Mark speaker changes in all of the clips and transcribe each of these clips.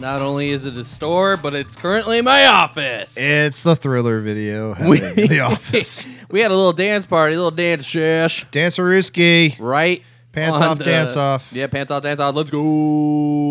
Speaker 1: Not only is it a store, but it's currently my office.
Speaker 2: It's the thriller video happening in the office.
Speaker 1: we had a little dance party, a little dance shash,
Speaker 2: Danceruski.
Speaker 1: right?
Speaker 2: Pants
Speaker 1: on
Speaker 2: off,
Speaker 1: the-
Speaker 2: dance off.
Speaker 1: Yeah, pants off, dance off. Let's go.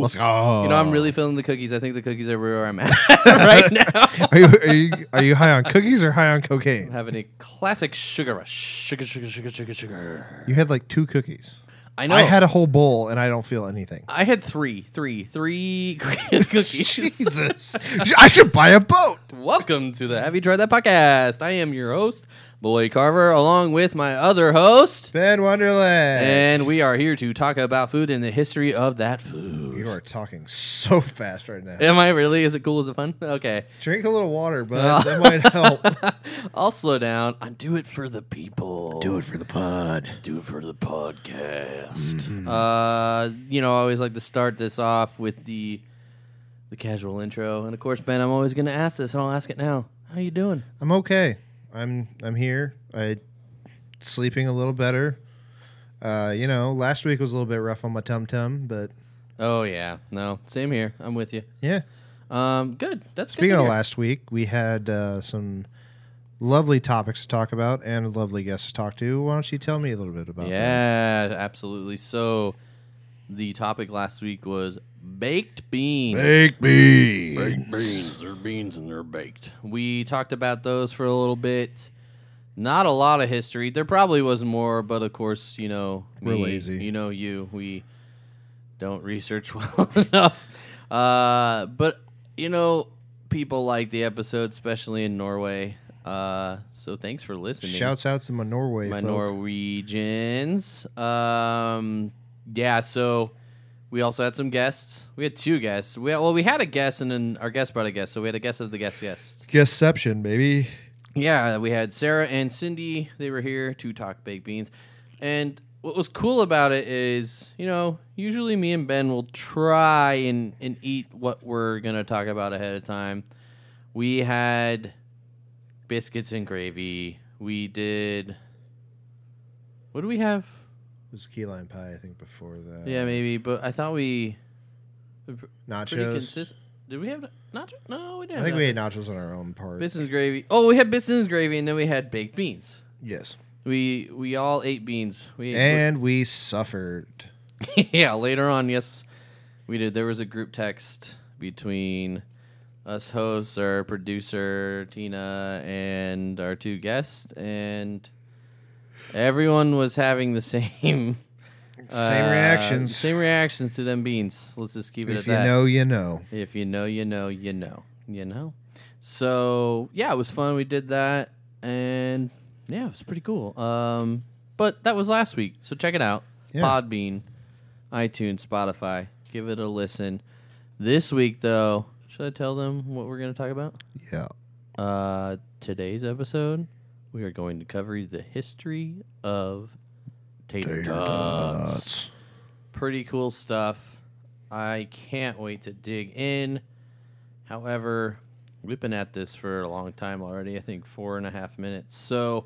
Speaker 2: Let's go.
Speaker 1: You know, I'm really feeling the cookies. I think the cookies are where I'm at right now.
Speaker 2: Are you, are you are you high on cookies or high on cocaine?
Speaker 1: Having a classic sugar rush. Sugar, sugar, sugar, sugar, sugar.
Speaker 2: You had like two cookies.
Speaker 1: I know.
Speaker 2: I had a whole bowl and I don't feel anything.
Speaker 1: I had three, three, three cookies.
Speaker 2: Jesus, I should buy a boat.
Speaker 1: Welcome to the Have You Tried That podcast. I am your host, Boy Carver, along with my other host,
Speaker 2: Ben Wonderland.
Speaker 1: and we are here to talk about food and the history of that food.
Speaker 2: you are talking so fast right now.
Speaker 1: Am I really? Is it cool? Is it fun? Okay,
Speaker 2: Drink a little water, bud. That might help.
Speaker 1: I'll slow down. I do it for the people.
Speaker 2: Do it for the pod. Mm-hmm.
Speaker 1: do it for the podcast. Uh, you know, I always like to start this off with the the casual intro, and of course, Ben, I'm always going to ask this, and I'll ask it now. How you doing?
Speaker 2: I'm okay. I'm I'm here. I sleeping a little better. Uh, you know, last week was a little bit rough on my tum tum, but
Speaker 1: Oh yeah, no, same here. I'm with you.
Speaker 2: yeah.
Speaker 1: Um, good. That's good.
Speaker 2: Speaking
Speaker 1: to
Speaker 2: of
Speaker 1: hear.
Speaker 2: last week, we had uh, some lovely topics to talk about and a lovely guest to talk to. Why don't you tell me a little bit about that?
Speaker 1: Yeah, absolutely. So the topic last week was baked beans.
Speaker 2: me.
Speaker 1: Baked beans. They're beans and they're baked. We talked about those for a little bit. Not a lot of history. There probably was more, but of course, you know,
Speaker 2: We're
Speaker 1: me,
Speaker 2: lazy.
Speaker 1: You know, you we don't research well enough. Uh, but you know, people like the episode, especially in Norway. Uh, so thanks for listening
Speaker 2: Shouts out to my Norway.
Speaker 1: my
Speaker 2: folk.
Speaker 1: Norwegians. Um, yeah, so we also had some guests. We had two guests. We well, we had a guest, and then our guest brought a guest. So we had a guest as the guest guest.
Speaker 2: Guestception, baby.
Speaker 1: Yeah, we had Sarah and Cindy. They were here to talk baked beans. And what was cool about it is, you know, usually me and Ben will try and, and eat what we're gonna talk about ahead of time. We had biscuits and gravy. We did. What do we have?
Speaker 2: It was key lime pie, I think, before that.
Speaker 1: Yeah, maybe. But I thought we pretty
Speaker 2: Nachos.
Speaker 1: consistent. Did we have nachos? No, we didn't.
Speaker 2: I think
Speaker 1: have
Speaker 2: we
Speaker 1: nachos.
Speaker 2: had nachos on our own part.
Speaker 1: business gravy. Oh, we had business gravy, and then we had baked beans.
Speaker 2: Yes.
Speaker 1: We we all ate beans. We ate,
Speaker 2: And we suffered.
Speaker 1: yeah. Later on, yes, we did. There was a group text between us hosts, our producer Tina, and our two guests, and everyone was having the same.
Speaker 2: Same
Speaker 1: uh,
Speaker 2: reactions.
Speaker 1: Same reactions to them beans. Let's just keep it at
Speaker 2: if you
Speaker 1: that.
Speaker 2: know, you know.
Speaker 1: If you know, you know, you know, you know. So yeah, it was fun. We did that, and yeah, it was pretty cool. Um, but that was last week, so check it out.
Speaker 2: Yeah.
Speaker 1: Podbean, iTunes, Spotify. Give it a listen. This week, though, should I tell them what we're going to talk about?
Speaker 2: Yeah.
Speaker 1: Uh, today's episode, we are going to cover the history of tater, tots pretty cool stuff. I can't wait to dig in. However, we've been at this for a long time already. I think four and a half minutes. So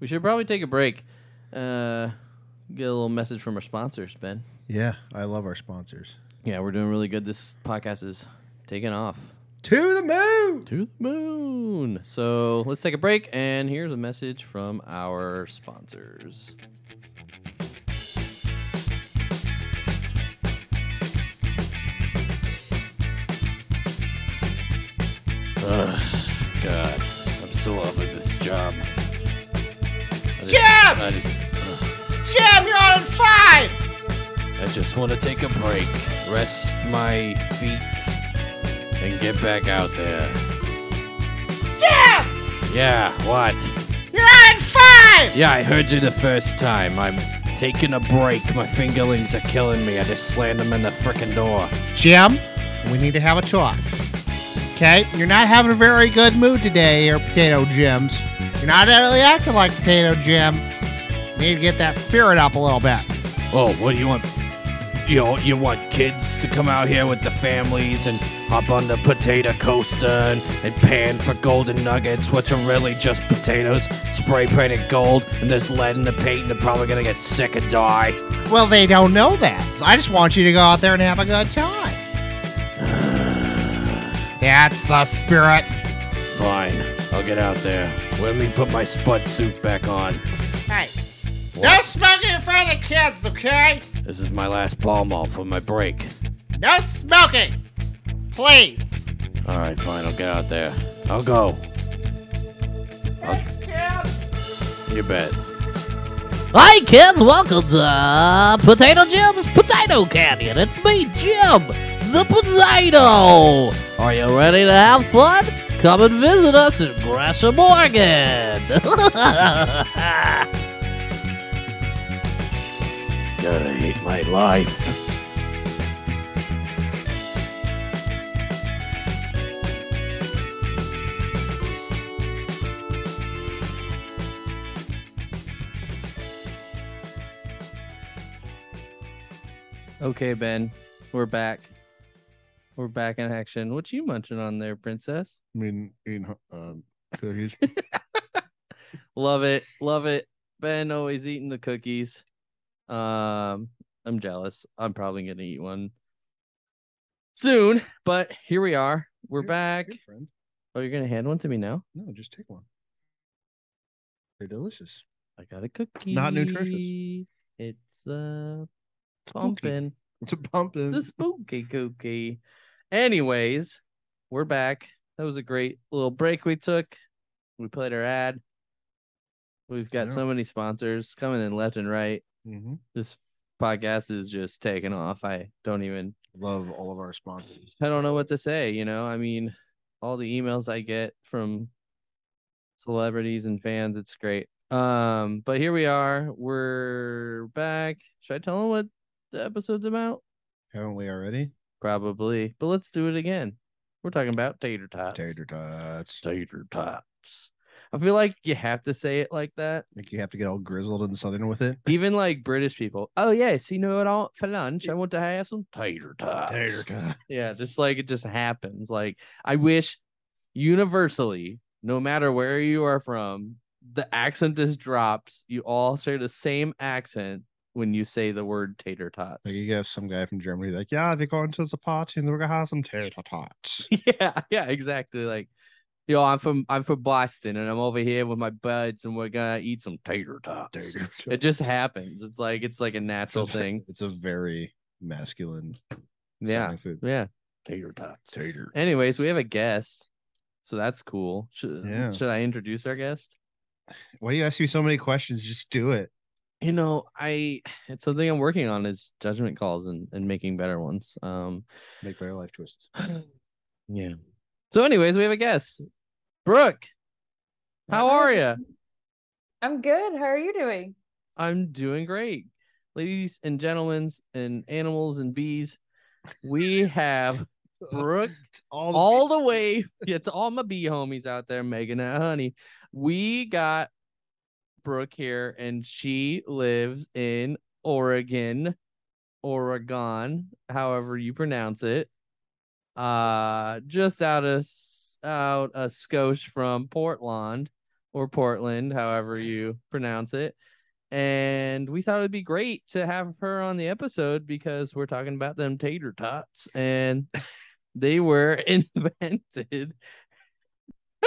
Speaker 1: we should probably take a break. Uh, get a little message from our sponsors, Ben.
Speaker 2: Yeah, I love our sponsors.
Speaker 1: Yeah, we're doing really good. This podcast is taking off
Speaker 2: To the moon.
Speaker 1: to the moon. So let's take a break. And here's a message from our sponsors.
Speaker 3: God, I'm so off of this job. Jam! I just,
Speaker 4: Jim, you're on five!
Speaker 3: I just want to take a break, rest my feet, and get back out there.
Speaker 4: Jim!
Speaker 3: Yeah, what?
Speaker 4: You're on five!
Speaker 3: Yeah, I heard you the first time. I'm taking a break. My fingerlings are killing me. I just slammed them in the frickin' door.
Speaker 4: Jim, we need to have a talk. Okay? You're not having a very good mood today, your potato Jims. You're not really acting like potato Jim. You need to get that spirit up a little bit.
Speaker 3: Oh, what do you want? You you want kids to come out here with the families and hop on the potato coaster and, and pan for golden nuggets, which are really just potatoes spray painted gold, and there's lead in the paint, and they're probably gonna get sick and die.
Speaker 4: Well, they don't know that. So I just want you to go out there and have a good time. That's the spirit.
Speaker 3: Fine. I'll get out there. Let me put my spud suit back on.
Speaker 4: Hey, no smoking in front of the kids, okay?
Speaker 3: This is my last ball mall for my break.
Speaker 4: No smoking, please.
Speaker 3: All right, fine. I'll get out there. I'll go. I'll, you bet.
Speaker 5: Hi, kids. Welcome to uh, Potato Jim's Potato Canyon. It's me, Jim, the potato. Are you ready to have fun? Come and visit us in Gresham, Oregon.
Speaker 3: Gotta hate my life.
Speaker 1: Okay, Ben, we're back. We're back in action. What you munching on there, princess?
Speaker 2: I mean, eating hu- um, cookies.
Speaker 1: Love it. Love it. Ben always eating the cookies. Um, I'm jealous. I'm probably gonna eat one soon, but here we are. We're
Speaker 2: Here-
Speaker 1: back.
Speaker 2: here, friend.
Speaker 1: Oh, you're gonna hand one to me now?
Speaker 2: No, just take one. They're delicious.
Speaker 1: I got a cookie.
Speaker 2: nutritious.
Speaker 1: It's uh
Speaker 2: Spooky.
Speaker 1: pumping.
Speaker 2: It's a pumpkin.
Speaker 1: It's a spooky cookie. Anyways, we're back. That was a great little break we took. We played our ad. We've got
Speaker 2: Yeah.
Speaker 1: so many sponsors coming in left and right.
Speaker 2: hmm
Speaker 1: This podcast is just taking off. I don't even
Speaker 2: Love all of our sponsors.
Speaker 1: I don't know what to say, you know. I mean, all the emails I get from celebrities and fans, it's great. Um, but here we are. We're back. Should I tell them what the episode's about?
Speaker 2: Haven't we already?
Speaker 1: Probably. But let's do it again. We're talking about tater tots.
Speaker 2: Tater tots.
Speaker 1: Tater tots. I feel like you have to say it like that.
Speaker 2: Like you have to get all grizzled and southern with it.
Speaker 1: Even like British people. Oh yes, you know what? I for lunch I want to have some tater tots.
Speaker 2: Tater tots.
Speaker 1: Yeah, just like it just happens. Like I wish universally, no matter where you are from, the accent just drops. You all share the same accent when you say the word tater tots.
Speaker 2: Like you have some guy from Germany, like, yeah, they're going to the party and we're gonna have some tater tots.
Speaker 1: yeah, yeah, exactly. Like, yo, I'm from I'm from Boston and I'm over here with my buds and we're gonna eat some tater tots.
Speaker 2: Tater tots.
Speaker 1: It just happens. It's like it's like a natural
Speaker 2: It's a-
Speaker 1: thing.
Speaker 2: It's a very masculine.
Speaker 1: Yeah.
Speaker 2: sounding Food.
Speaker 1: Yeah. Tater tots.
Speaker 2: Tater.
Speaker 1: Anyways, we have a guest. So that's cool. Should,
Speaker 2: Yeah.
Speaker 1: should I introduce our guest?
Speaker 2: Why do you ask me so many questions? Just do it.
Speaker 1: you know i it's something i'm working on is judgment calls and, and making better ones um
Speaker 2: Make better life twists.
Speaker 1: yeah so anyways we have a guest brooke how are you
Speaker 6: I'm good. How are you doing?
Speaker 1: i'm doing great ladies and gentlemen and animals and bees we have brooke
Speaker 2: All,
Speaker 1: all the way yeah, to all my bee homies out there making that honey we got brooke here and she lives in oregon oregon however you pronounce it uh just out of s- out a skosh from portland or portland however you pronounce it and we thought it'd be great to have her on the episode because we're talking about them tater tots and they were invented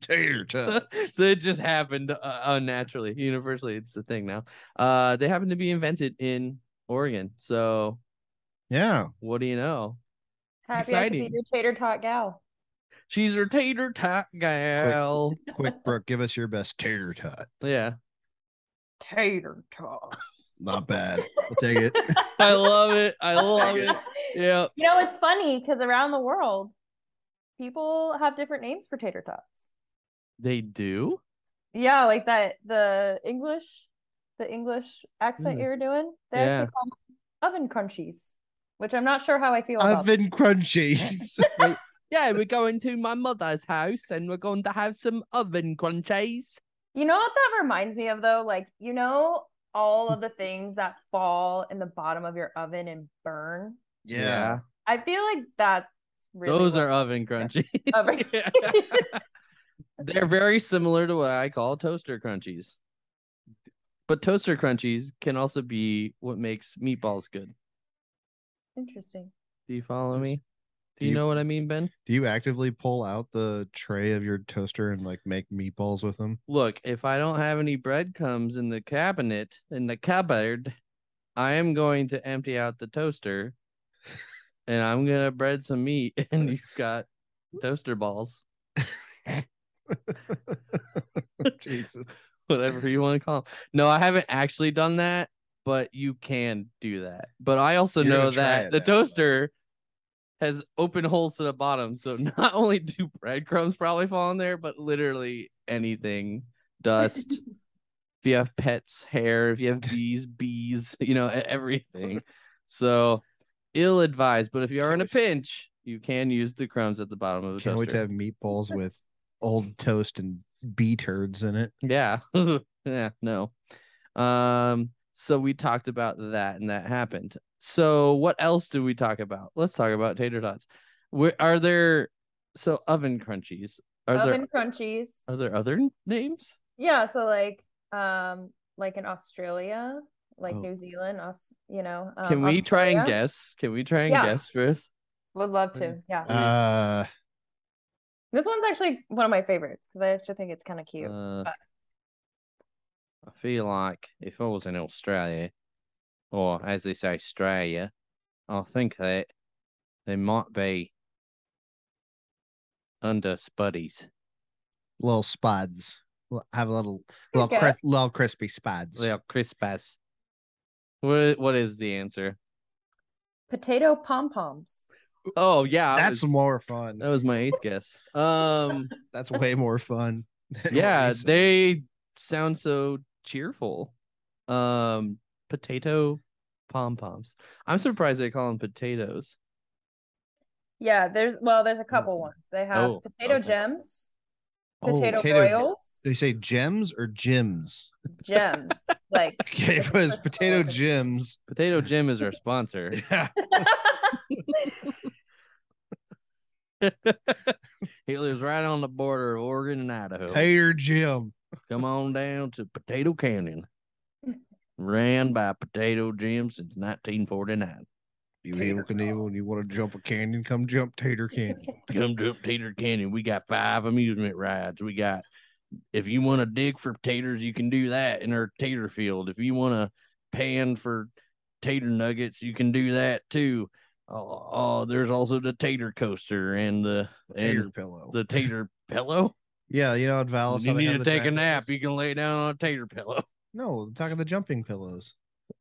Speaker 2: tater tots.
Speaker 1: so it just happened uh, unnaturally universally it's a thing now uh they happened to be invented in oregon so
Speaker 2: Yeah.
Speaker 1: what do you know
Speaker 6: Happy I could
Speaker 1: Exciting.
Speaker 6: be your tater tot gal.
Speaker 1: she's her tater tot gal
Speaker 2: Quick, Brooke, give us your best tater tot.
Speaker 1: yeah
Speaker 6: Tater tot.
Speaker 2: Not bad. I'll take it.
Speaker 1: i love it i love
Speaker 2: good.
Speaker 1: it yeah
Speaker 6: You know, it's funny because around the world, people have different names for tater tots.
Speaker 1: they do
Speaker 6: Yeah, like that the English, the English accent you were doing. They
Speaker 1: Mm. Yeah.
Speaker 6: actually call them oven crunchies, which I'm not sure how I feel about.
Speaker 2: Oven crunchies.
Speaker 1: yeah we're going to my mother's house and we're going to have some oven crunchies
Speaker 6: You know what that reminds me of though? Like, you know, all of the things that fall in the bottom of your oven and burn.
Speaker 2: Yeah.
Speaker 6: I feel like that's really
Speaker 1: those
Speaker 6: what-
Speaker 1: are oven crunchies
Speaker 6: Oven-
Speaker 1: Yeah. They're very similar to what I call toaster crunchies. But toaster crunchies can also be what makes meatballs good.
Speaker 6: interesting.
Speaker 1: Do you follow me? Do you know what I mean, Ben?
Speaker 2: Do you actively pull out the tray of your toaster and like make meatballs with them?
Speaker 1: Look, if I don't have any breadcrumbs in the cabinet, in the cupboard, I am going to empty out the toaster and I'm going to bread some meat. And you've got toaster balls,
Speaker 2: Jesus.
Speaker 1: whatever you want to call them. No, I haven't actually done that, but you can do that. But I also
Speaker 2: You're gonna
Speaker 1: know
Speaker 2: try
Speaker 1: that
Speaker 2: it
Speaker 1: the
Speaker 2: now, though.
Speaker 1: toaster has open holes to the bottom. So not only do breadcrumbs probably fall in there, but literally anything, dust. if you have pets, hair, if you have bees, bees, you know, e- everything. So ill advised, but if you are in a pinch, you can use the crumbs at the bottom of the
Speaker 2: Can't wait to
Speaker 1: toaster.
Speaker 2: have meatballs with old toast and bee turds in it.
Speaker 1: Yeah. yeah, no. Um, so we talked about that and that happened. So what else do we talk about? Let's talk about tater tots. Where are there so oven crunchies? Are
Speaker 6: Oven
Speaker 1: there
Speaker 6: crunchies.
Speaker 1: are there other names?
Speaker 6: Yeah, so like um like in Australia, like
Speaker 1: Oh.
Speaker 6: New Zealand, us you know. Um,
Speaker 1: Can we try and
Speaker 6: Australia.
Speaker 1: guess? Can we try and
Speaker 6: Yeah.
Speaker 1: guess first?
Speaker 6: Would love to. Yeah.
Speaker 2: Uh
Speaker 6: this one's actually one of my favorites because I actually think it's kind of cute.
Speaker 1: Uh,
Speaker 6: but-
Speaker 1: I feel like if I was in Australia, or as they say, Australia, I think that they might be under spuddies.
Speaker 2: little spuds. Well, Have a little little,
Speaker 6: Okay.
Speaker 2: cris- little crispy spuds.
Speaker 1: They are crisp as. What, what is the answer?
Speaker 6: Potato pom poms.
Speaker 1: Oh, yeah. I
Speaker 2: That's
Speaker 1: was- uh,
Speaker 2: more fun.
Speaker 1: that was my eighth guess. Um,
Speaker 2: That's way more fun. than what
Speaker 1: yeah,
Speaker 2: we said.
Speaker 1: they sound so cheerful. Um, potato pom poms. I'm surprised they call them potatoes.
Speaker 6: Yeah, there's well, there's a couple
Speaker 1: Awesome.
Speaker 6: ones. They have
Speaker 1: Oh,
Speaker 6: potato
Speaker 1: okay.
Speaker 6: gems,
Speaker 2: Oh,
Speaker 6: potato
Speaker 2: potato gem-
Speaker 6: boils,
Speaker 2: They say gems or gyms.
Speaker 6: gems. Like
Speaker 2: Okay, it was potato gyms.
Speaker 1: Potato Jim is our sponsor.
Speaker 2: Yeah.
Speaker 1: He lives right on the border of Oregon and Idaho.
Speaker 2: Tater Jim.
Speaker 1: Come on down to Potato Canyon. Ran by Potato Jim since 1949.
Speaker 2: You
Speaker 6: Tater
Speaker 2: evil Knievel, and you want to jump a canyon? Come jump Tater Canyon.
Speaker 1: Come to Potato Canyon. We got five amusement rides. We got, if you want to dig for taters, you can do that in our tater field. If you want to pan for tater nuggets, you can do that too. Oh, oh, there's also the tater coaster and the
Speaker 2: Tater
Speaker 1: and
Speaker 2: pillow.
Speaker 1: the tater pillow.
Speaker 2: yeah, you know, in Vallis,
Speaker 1: you
Speaker 2: how they
Speaker 1: need
Speaker 2: have
Speaker 1: to
Speaker 2: the
Speaker 1: take a
Speaker 2: tractors?
Speaker 1: nap. You can lay down on a tater pillow.
Speaker 2: No, I'm talking the jumping pillows.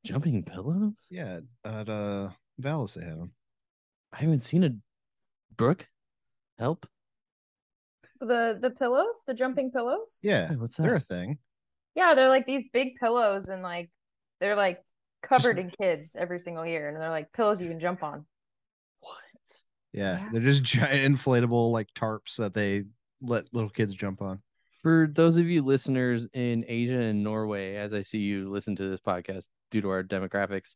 Speaker 1: Jumping pillows?
Speaker 2: Yeah, at uh, Vallis they have them.
Speaker 1: I haven't seen a Brooke. Help.
Speaker 6: the the pillows, the jumping pillows.
Speaker 2: Yeah,
Speaker 1: Hey, what's
Speaker 6: Oh,
Speaker 2: they're a
Speaker 1: that?
Speaker 2: thing.
Speaker 6: Yeah, they're like these big pillows and like they're like covered in kids every single year and they're like pillows you can jump on.
Speaker 1: What?
Speaker 2: Yeah,
Speaker 6: Yeah.
Speaker 2: they're just giant inflatable like tarps that they let little kids jump on.
Speaker 1: For those of you listeners in Asia and Norway, as I see you listen to this podcast due to our demographics,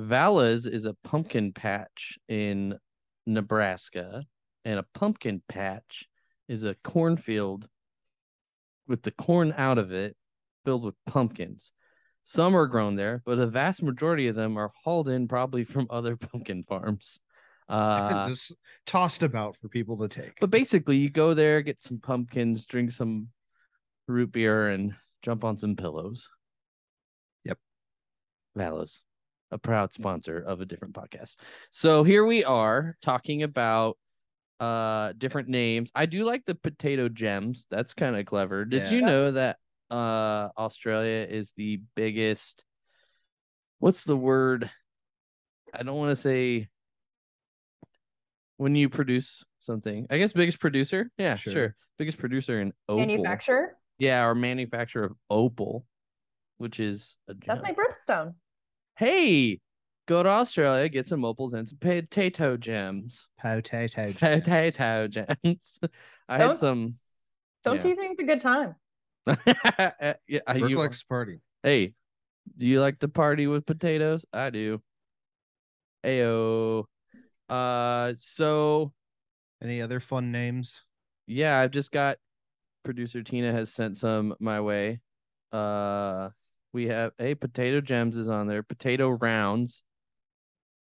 Speaker 1: Valas is a pumpkin patch in Nebraska, and a pumpkin patch is a cornfield with the corn out of it filled with pumpkins. Some are grown there, but a vast majority of them are hauled in probably from other pumpkin farms. Uh,
Speaker 2: just tossed about for people to take.
Speaker 1: But basically, you go there, get some pumpkins, drink some root beer, and jump on some pillows.
Speaker 2: Yep.
Speaker 1: Valas, a proud sponsor of a different podcast. So here we are talking about uh different names. I do like the potato gems. That's kind of clever. Did
Speaker 2: Yeah.
Speaker 1: you
Speaker 6: Yep.
Speaker 1: know that uh Australia is the biggest what's the word? I don't want to say when you produce something. I guess biggest producer. Yeah, sure.
Speaker 2: Sure.
Speaker 1: Biggest producer in opal.
Speaker 6: Manufacturer?
Speaker 1: Yeah, or manufacturer of opal, which is a gem.
Speaker 6: That's my birthstone.
Speaker 1: Hey, go to Australia, get some opals and some potato gems.
Speaker 2: Potato. chips.
Speaker 1: Potato gems. I
Speaker 6: Don't-
Speaker 1: had some.
Speaker 6: Don't
Speaker 1: Yeah.
Speaker 6: tease me with a good time.
Speaker 1: yeah, I-
Speaker 2: Brooke
Speaker 1: you-
Speaker 2: likes to party.
Speaker 1: Hey, do you like to party with potatoes? I do. Ayo. Uh, so
Speaker 2: Any other fun names?
Speaker 1: yeah, I've just got producer Tina has sent some my way. Uh, we have hey, potato gems is on there, potato rounds,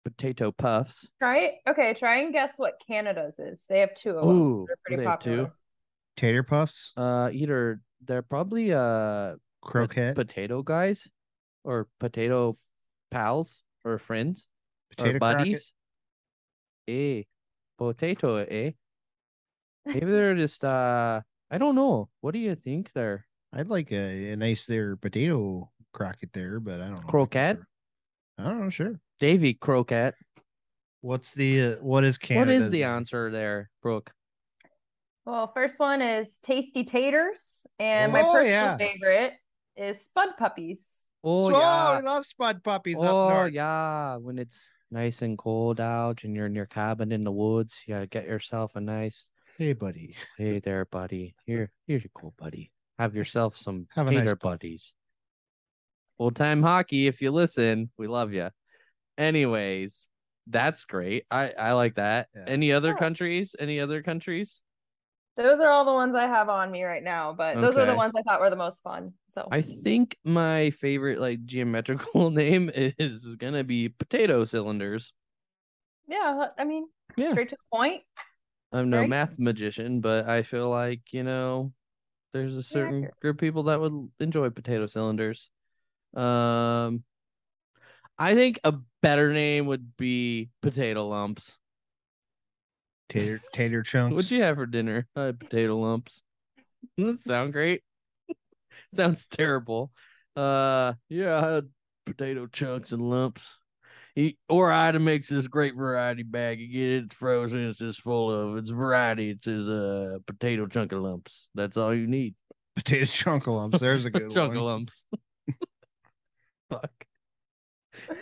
Speaker 1: potato puffs.
Speaker 6: Try okay. Try and guess what Canada's is. They have two of them.
Speaker 1: Ooh,
Speaker 6: They're
Speaker 1: do
Speaker 6: pretty
Speaker 1: they have two?
Speaker 6: popular.
Speaker 7: Tater puffs,
Speaker 1: Uh, either they're probably uh pot-
Speaker 7: croquette,
Speaker 1: potato guys, or potato pals, or friends,
Speaker 7: potato
Speaker 1: or
Speaker 7: croquette.
Speaker 1: buddies. Eh, potato, eh? Maybe they're just uh, I don't know. What do you think there?
Speaker 7: I'd like a, a nice there potato croquette there, but I don't know. if I can
Speaker 1: Croquette?
Speaker 7: afford- I don't know. Sure.
Speaker 1: Davy Croquette.
Speaker 7: What's the uh, what is Canada?
Speaker 1: What is the answer there, Brooke?
Speaker 6: Well, first one is Tasty Taters, and my
Speaker 7: Oh,
Speaker 6: personal
Speaker 7: yeah.
Speaker 6: favorite is Spud Puppies.
Speaker 1: Oh
Speaker 7: Oh,
Speaker 1: yeah,
Speaker 7: we love spud puppies
Speaker 1: oh
Speaker 7: up north.
Speaker 1: yeah. When it's nice and cold out, and you're in your cabin in the woods, yeah, get yourself a nice.
Speaker 7: Hey, buddy.
Speaker 1: Hey there, buddy. Here, here's your cool buddy. Have yourself some
Speaker 7: Have a nice
Speaker 1: tater buddies. Old time hockey, if you listen, we love you. Anyways, that's great. I I like that.
Speaker 7: Yeah.
Speaker 1: Any other
Speaker 6: Yeah.
Speaker 1: countries? Any other countries?
Speaker 6: Those are all the ones I have on me right now, but those are the
Speaker 1: Okay.
Speaker 6: ones I thought were the most fun. So
Speaker 1: I think my favorite like geometrical name is gonna be potato cylinders.
Speaker 6: yeah, I mean,
Speaker 1: Yeah.
Speaker 6: straight to the point.
Speaker 1: I'm no
Speaker 6: Very-
Speaker 1: math magician, but I feel like, you know, there's a certain
Speaker 6: accurate.
Speaker 1: group of people that would enjoy potato cylinders. Um I think a better name would be potato lumps.
Speaker 7: Tater tater chunks.
Speaker 1: What'd you have for dinner? I had potato lumps. Doesn't that sound great? Sounds terrible. Uh yeah, I had potato chunks and lumps. He, or Ida makes this great variety bag. You get it, it's frozen, it's just full of it's variety. It's his uh potato chunk of lumps. That's all you need.
Speaker 7: Potato chunk lumps. There's a good
Speaker 1: chunk
Speaker 7: one.
Speaker 1: of lumps. Fuck.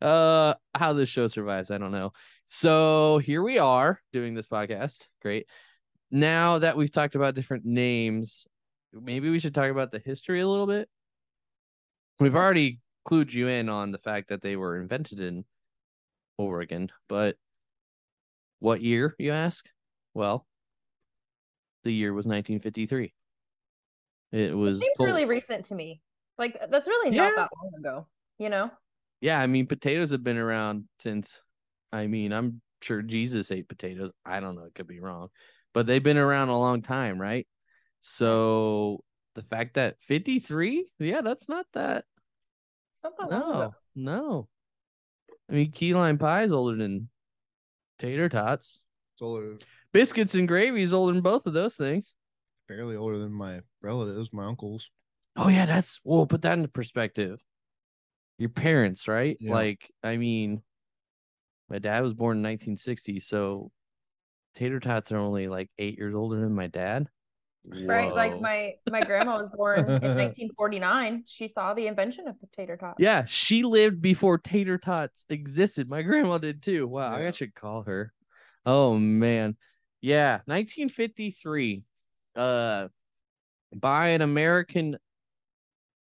Speaker 1: uh how this show survives, I don't know. So here we are doing this podcast. Great. Now that we've talked about different names, maybe we should talk about the history a little bit. We've already clued you in on the fact that they were invented in Oregon, but what year, you ask? Well, the year was 1953. It was
Speaker 6: Seems
Speaker 1: cold.
Speaker 6: really recent to me. Like uh, that's really
Speaker 1: Yeah.
Speaker 6: not that long ago. You know,
Speaker 1: Yeah, I mean, potatoes have been around since. I mean, I'm sure Jesus ate potatoes. I don't know; it could be wrong, but they've been around a long time, right? So the fact that 53, yeah, that's not that.
Speaker 6: it's not that long
Speaker 1: No,
Speaker 6: ago.
Speaker 1: no. I mean, key lime pie is older than tater tots.
Speaker 7: It's older,
Speaker 1: Biscuits and gravy is older than both of those things.
Speaker 7: barely older than my relatives, my uncles.
Speaker 1: Oh yeah, that's well, put that into perspective. Your parents, right?
Speaker 7: Yeah.
Speaker 1: Like, I mean, my dad was born in 1960, so tater tots are only like eight years older than my dad.
Speaker 7: Oh.
Speaker 6: Right, like
Speaker 1: Whoa.
Speaker 6: my my grandma was born in 1949. She saw the invention of potato tots.
Speaker 1: Yeah, she lived before tater tots existed. My grandma did too. Wow, I
Speaker 7: Yeah.
Speaker 1: should call her. Oh man. Yeah, 1953. Uh by an American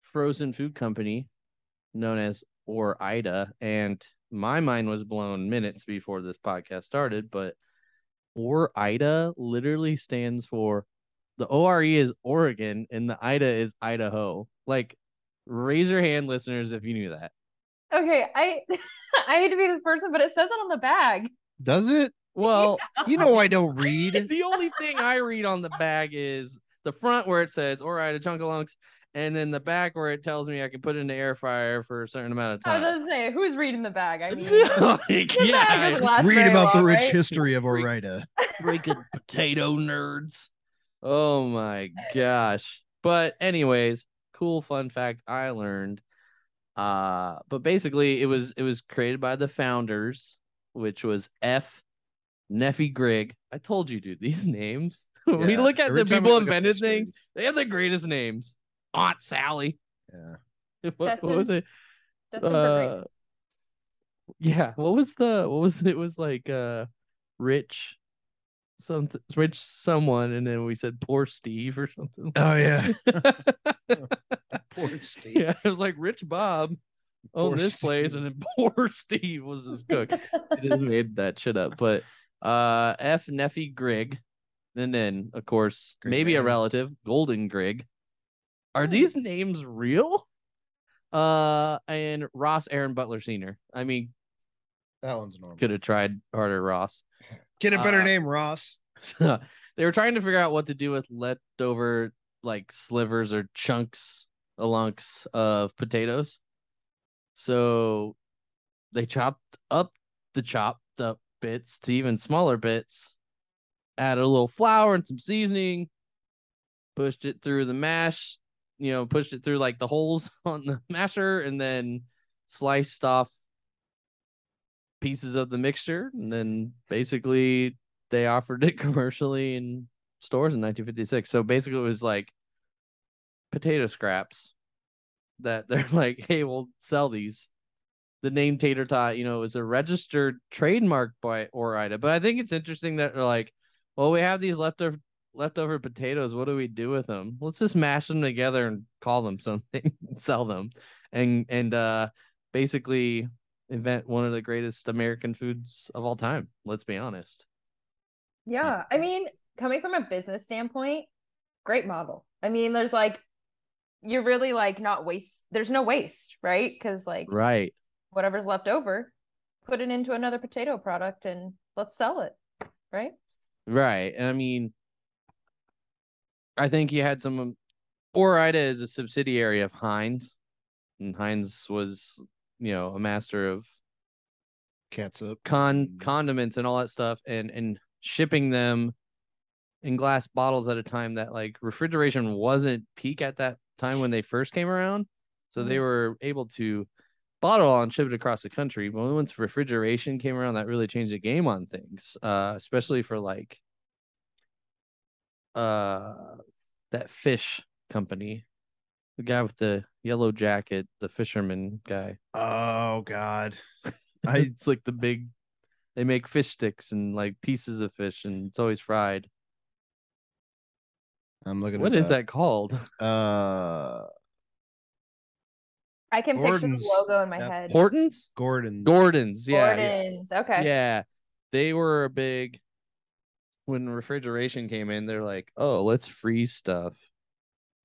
Speaker 1: frozen food company known as Or Ida. And my mind was blown minutes before this podcast started, but Or Ida literally stands for the ORE is Oregon and the Ida is Idaho. Like Raise your hand, listeners, if you knew that.
Speaker 6: Okay, I I hate to be this person, but it says it on the bag.
Speaker 7: Does it?
Speaker 1: Well,
Speaker 7: You know I don't read.
Speaker 1: the only thing I read on the bag is the front where it says "All right, a chunk of lunks," and then the back where it tells me I can put it in the air fryer for a certain amount of
Speaker 6: I was
Speaker 1: time.
Speaker 6: gonna say, who's reading the bag? I mean, Oh, the
Speaker 1: Like,
Speaker 6: bag doesn't
Speaker 1: yeah,
Speaker 6: last
Speaker 7: read
Speaker 6: very
Speaker 7: about the
Speaker 6: long,
Speaker 7: rich
Speaker 6: right?
Speaker 7: history of Orida.
Speaker 1: freaking potato nerds. Oh my gosh! But anyways, cool fun fact I learned. Uh, but basically, it was it was created by the founders, which was F. Neffy Grigg. I told you, dude. These names. we
Speaker 7: Yeah,
Speaker 1: look at
Speaker 7: every
Speaker 1: the
Speaker 7: time I
Speaker 1: people
Speaker 7: look up
Speaker 1: invented
Speaker 7: history.
Speaker 1: things. They have the greatest names. Aunt Sally.
Speaker 7: Yeah.
Speaker 1: What, what
Speaker 6: Justin.
Speaker 1: was it?
Speaker 6: Justin Timberlake.
Speaker 1: Uh, yeah. What was the? What was it? It was like uh, rich, something, rich someone, and then we said poor Steve or something.
Speaker 7: Oh yeah.
Speaker 1: poor Steve. Yeah, it was like rich Bob
Speaker 7: Poor
Speaker 1: owned this place,
Speaker 7: Steve.
Speaker 1: and then poor Steve was his cook.
Speaker 7: uh,
Speaker 1: I just made that shit up. But uh F Neffy Grig. And then of course,
Speaker 7: Great
Speaker 1: maybe a
Speaker 7: name.
Speaker 1: relative, Golden Grig. Are
Speaker 6: Hmm.
Speaker 1: these names real? Uh and Ross Aaron Butler Sr. I mean,
Speaker 7: That one's normal.
Speaker 1: Could have tried harder, Ross.
Speaker 7: Get a better
Speaker 1: uh,
Speaker 7: name, Ross.
Speaker 1: they were trying to figure out what to do with leftover like slivers or chunks alunks of potatoes. So they chopped up the chopped up bits to even smaller bits, added a little flour and some seasoning, pushed it through the mash, you know, pushed it through like the holes on the masher, and then sliced off pieces of the mixture. And then basically they offered it commercially in stores in 1956. So basically, it was like potato scraps that they're like, hey, we'll sell these. The name Tater Tot, you know, is a registered trademark by Orida. But I think it's interesting that they're like, well, we have these leftover leftover potatoes. What do we do with them? Let's just mash them together and call them something, and sell them, and and uh, basically invent one of the greatest American foods of all time. Let's be honest.
Speaker 6: Yeah. I mean, coming from a business standpoint, great model. I mean, there's like, you're really like not waste, there's no waste, right? Because like
Speaker 1: Right.
Speaker 6: whatever's left over, put it into another potato product and let's sell it, right?
Speaker 1: Right. And I mean, I think you had some. Orida is a subsidiary of Heinz, and Heinz was, you know, a master of
Speaker 7: Catsup.
Speaker 1: con condiments and all that stuff, and and shipping them in glass bottles at a time that like refrigeration wasn't peak at that time when they first came around, so they were able to bottle and ship it across the country. But once refrigeration came around, that really changed the game on things, uh, especially for like uh that fish company, the guy with the yellow jacket, the fisherman guy.
Speaker 7: Oh God. I
Speaker 1: it's like the big. They make fish sticks and like pieces of fish, and it's always fried.
Speaker 7: I'm looking.
Speaker 1: What is that called?
Speaker 7: that? Uh,
Speaker 6: I can picture
Speaker 7: Gordon's.
Speaker 6: the logo in my
Speaker 7: Yep.
Speaker 6: head.
Speaker 1: Hortons,
Speaker 7: Gordon.
Speaker 1: Gordons, yeah, yeah.
Speaker 6: Gordon's. Okay.
Speaker 1: Yeah. They were a big when refrigeration came in, they're like, "Oh, let's freeze stuff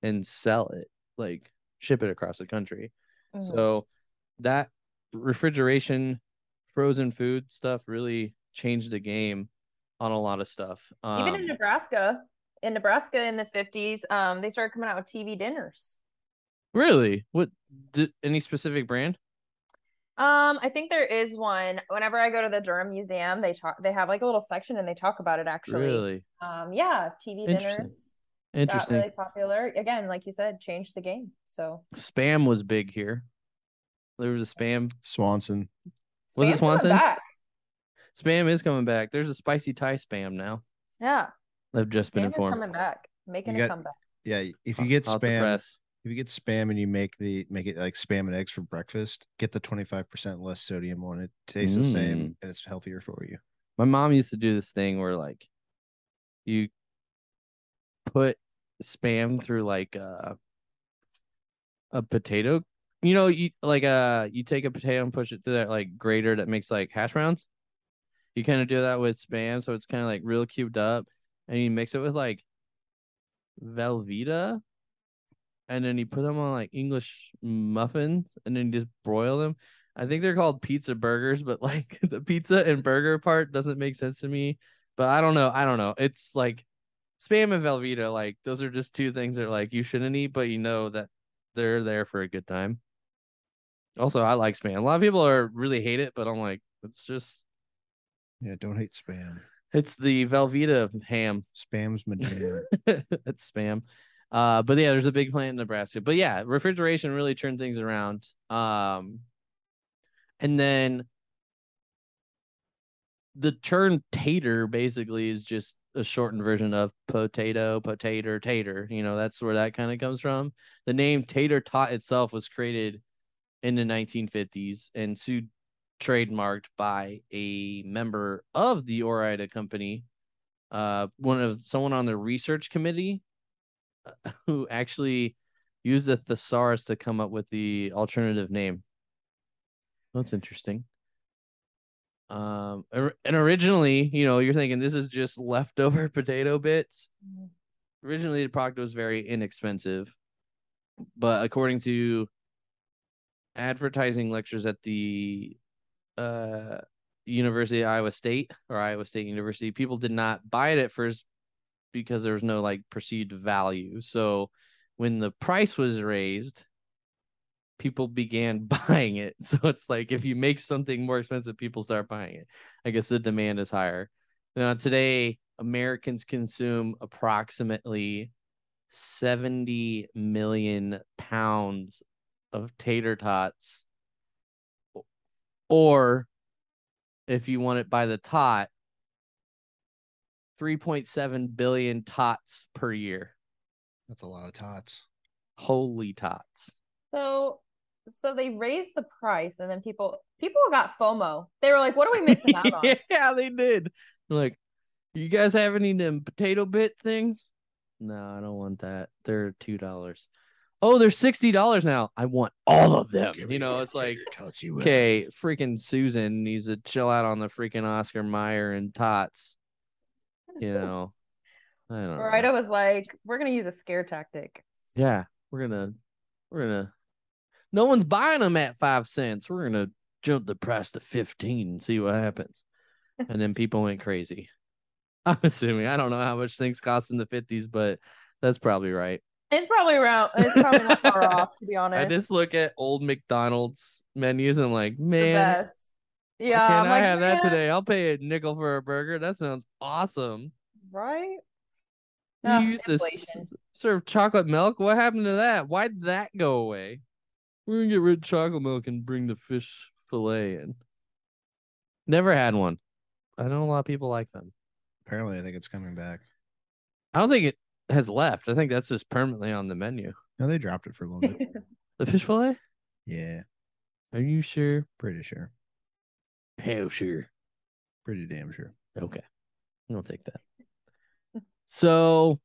Speaker 1: and sell it. Like ship it across the country."
Speaker 6: Mhm.
Speaker 1: So that refrigeration frozen food stuff really changed the game on a lot of stuff. Um,
Speaker 6: Even in Nebraska, in Nebraska in the 50s, um, they started coming out with TV dinners.
Speaker 1: really? What did, any specific brand?
Speaker 6: Um, I think there is one. Whenever I go to the Durham Museum, they talk. They have like a little section and they talk about it actually.
Speaker 1: Really
Speaker 6: Um, yeah, TV
Speaker 1: Interesting.
Speaker 6: dinners got
Speaker 1: interesting.
Speaker 6: really popular. Again, like you said, changed the game. So
Speaker 1: Spam was big here. There was a spam
Speaker 7: Swanson.
Speaker 1: Was it
Speaker 6: Spam's coming
Speaker 1: Swanson?
Speaker 6: back.
Speaker 1: Spam is coming back. There's a spicy Thai spam now.
Speaker 6: Yeah,
Speaker 1: I've just been
Speaker 6: Spam is
Speaker 1: informed.
Speaker 6: coming back, making
Speaker 7: You
Speaker 6: a
Speaker 7: got-
Speaker 6: comeback.
Speaker 7: Yeah. If you get
Speaker 1: Hot to
Speaker 7: spam,
Speaker 1: press.
Speaker 7: if you get spam and you make the make it like spam and eggs for breakfast, get the 25 percent less sodium one. It tastes the
Speaker 1: Mm.
Speaker 7: same and it's healthier for you.
Speaker 1: my mom used to do this thing where like you put spam through like a a potato you know you like uh you take a potato and push it through that like grater that makes like hash browns you kind of do that with spam so it's kind of like real cubed up and you mix it with like velveta and then you put them on like english muffins and then you just broil them I think they're called pizza burgers, but like the pizza and burger part doesn't make sense to me. But I don't know. I don't know. It's like spam and Velveeta, like those are just two things that like you shouldn't eat, but you know that they're there for a good time. Also, I like spam. A lot of people are really hate it, but I'm like, it's just
Speaker 7: Yeah. Don't hate spam.
Speaker 1: it's the Velveeta of ham.
Speaker 7: Spam's my jam.
Speaker 1: That's spam. Uh, but yeah, there's a big plant in Nebraska. But yeah, refrigeration really turned things around. Um, and then the term tater basically is just a shortened version of potato, potato, tater. You know, that's where that kind of comes from. The name tater tot itself was created in the 1950s and sued trademarked by a member of the Orida company uh one of someone on the research committee uh, who actually used a thesaurus to come up with the alternative name that's interesting um or- and originally you know you're thinking this is just leftover potato bits originally the product was very inexpensive but according to advertising lectures at the uh University of Iowa State or Iowa State University, people did not buy it at first because there was no like perceived value. So when the price was raised, people began buying it. So it's like if you make something more expensive, people start buying it. I guess the demand is higher. Now today, Americans consume approximately 70 million pounds of tater tots or if you want it by the tot 3.7 billion tots per year
Speaker 7: That's a lot of tots.
Speaker 1: holy tots
Speaker 6: So so they raised the price and then people people got FOMO. They were like, what are we missing out on?
Speaker 1: yeah they did like you guys have any of them potato bit things no i don't want that they're two dollars oh they're sixty dollars now i want all of them you know it's like okay freaking susan needs to chill out on the freaking oscar meyer and tots you know i don't know
Speaker 6: Morita was like, we're gonna use a scare tactic.
Speaker 1: Yeah, we're gonna, we're gonna. No one's buying them at five cents. We're gonna jump the price to fifteen and see what happens. And then people went crazy. I'm assuming. I don't know how much things cost in the fifties, but that's probably right.
Speaker 6: It's probably around it's probably not far off, to be honest.
Speaker 1: I just look at old McDonald's menus and I'm like,
Speaker 6: the
Speaker 1: man,
Speaker 6: best. Yeah.
Speaker 1: can
Speaker 6: I'm
Speaker 1: I
Speaker 6: like,
Speaker 1: have that
Speaker 6: "Yeah,
Speaker 1: today? I'll pay a nickel for a burger. That sounds awesome.
Speaker 6: Right?
Speaker 1: You
Speaker 6: Ah,
Speaker 1: used to s-
Speaker 6: inflation.
Speaker 1: serve chocolate milk. What happened to that? Why'd that go away? We're gonna get rid of chocolate milk and bring the fish fillet in. Never had one. I know a lot of people like them.
Speaker 7: Apparently, I think it's coming back.
Speaker 1: I don't think it has left. I think that's just permanently on the menu.
Speaker 7: No, they dropped it for a little bit.
Speaker 1: The fish fillet?
Speaker 7: yeah,
Speaker 1: Are you sure? oh,
Speaker 7: pretty sure.
Speaker 1: Hell sure.
Speaker 7: Pretty damn sure.
Speaker 1: Okay. I'll take that. So,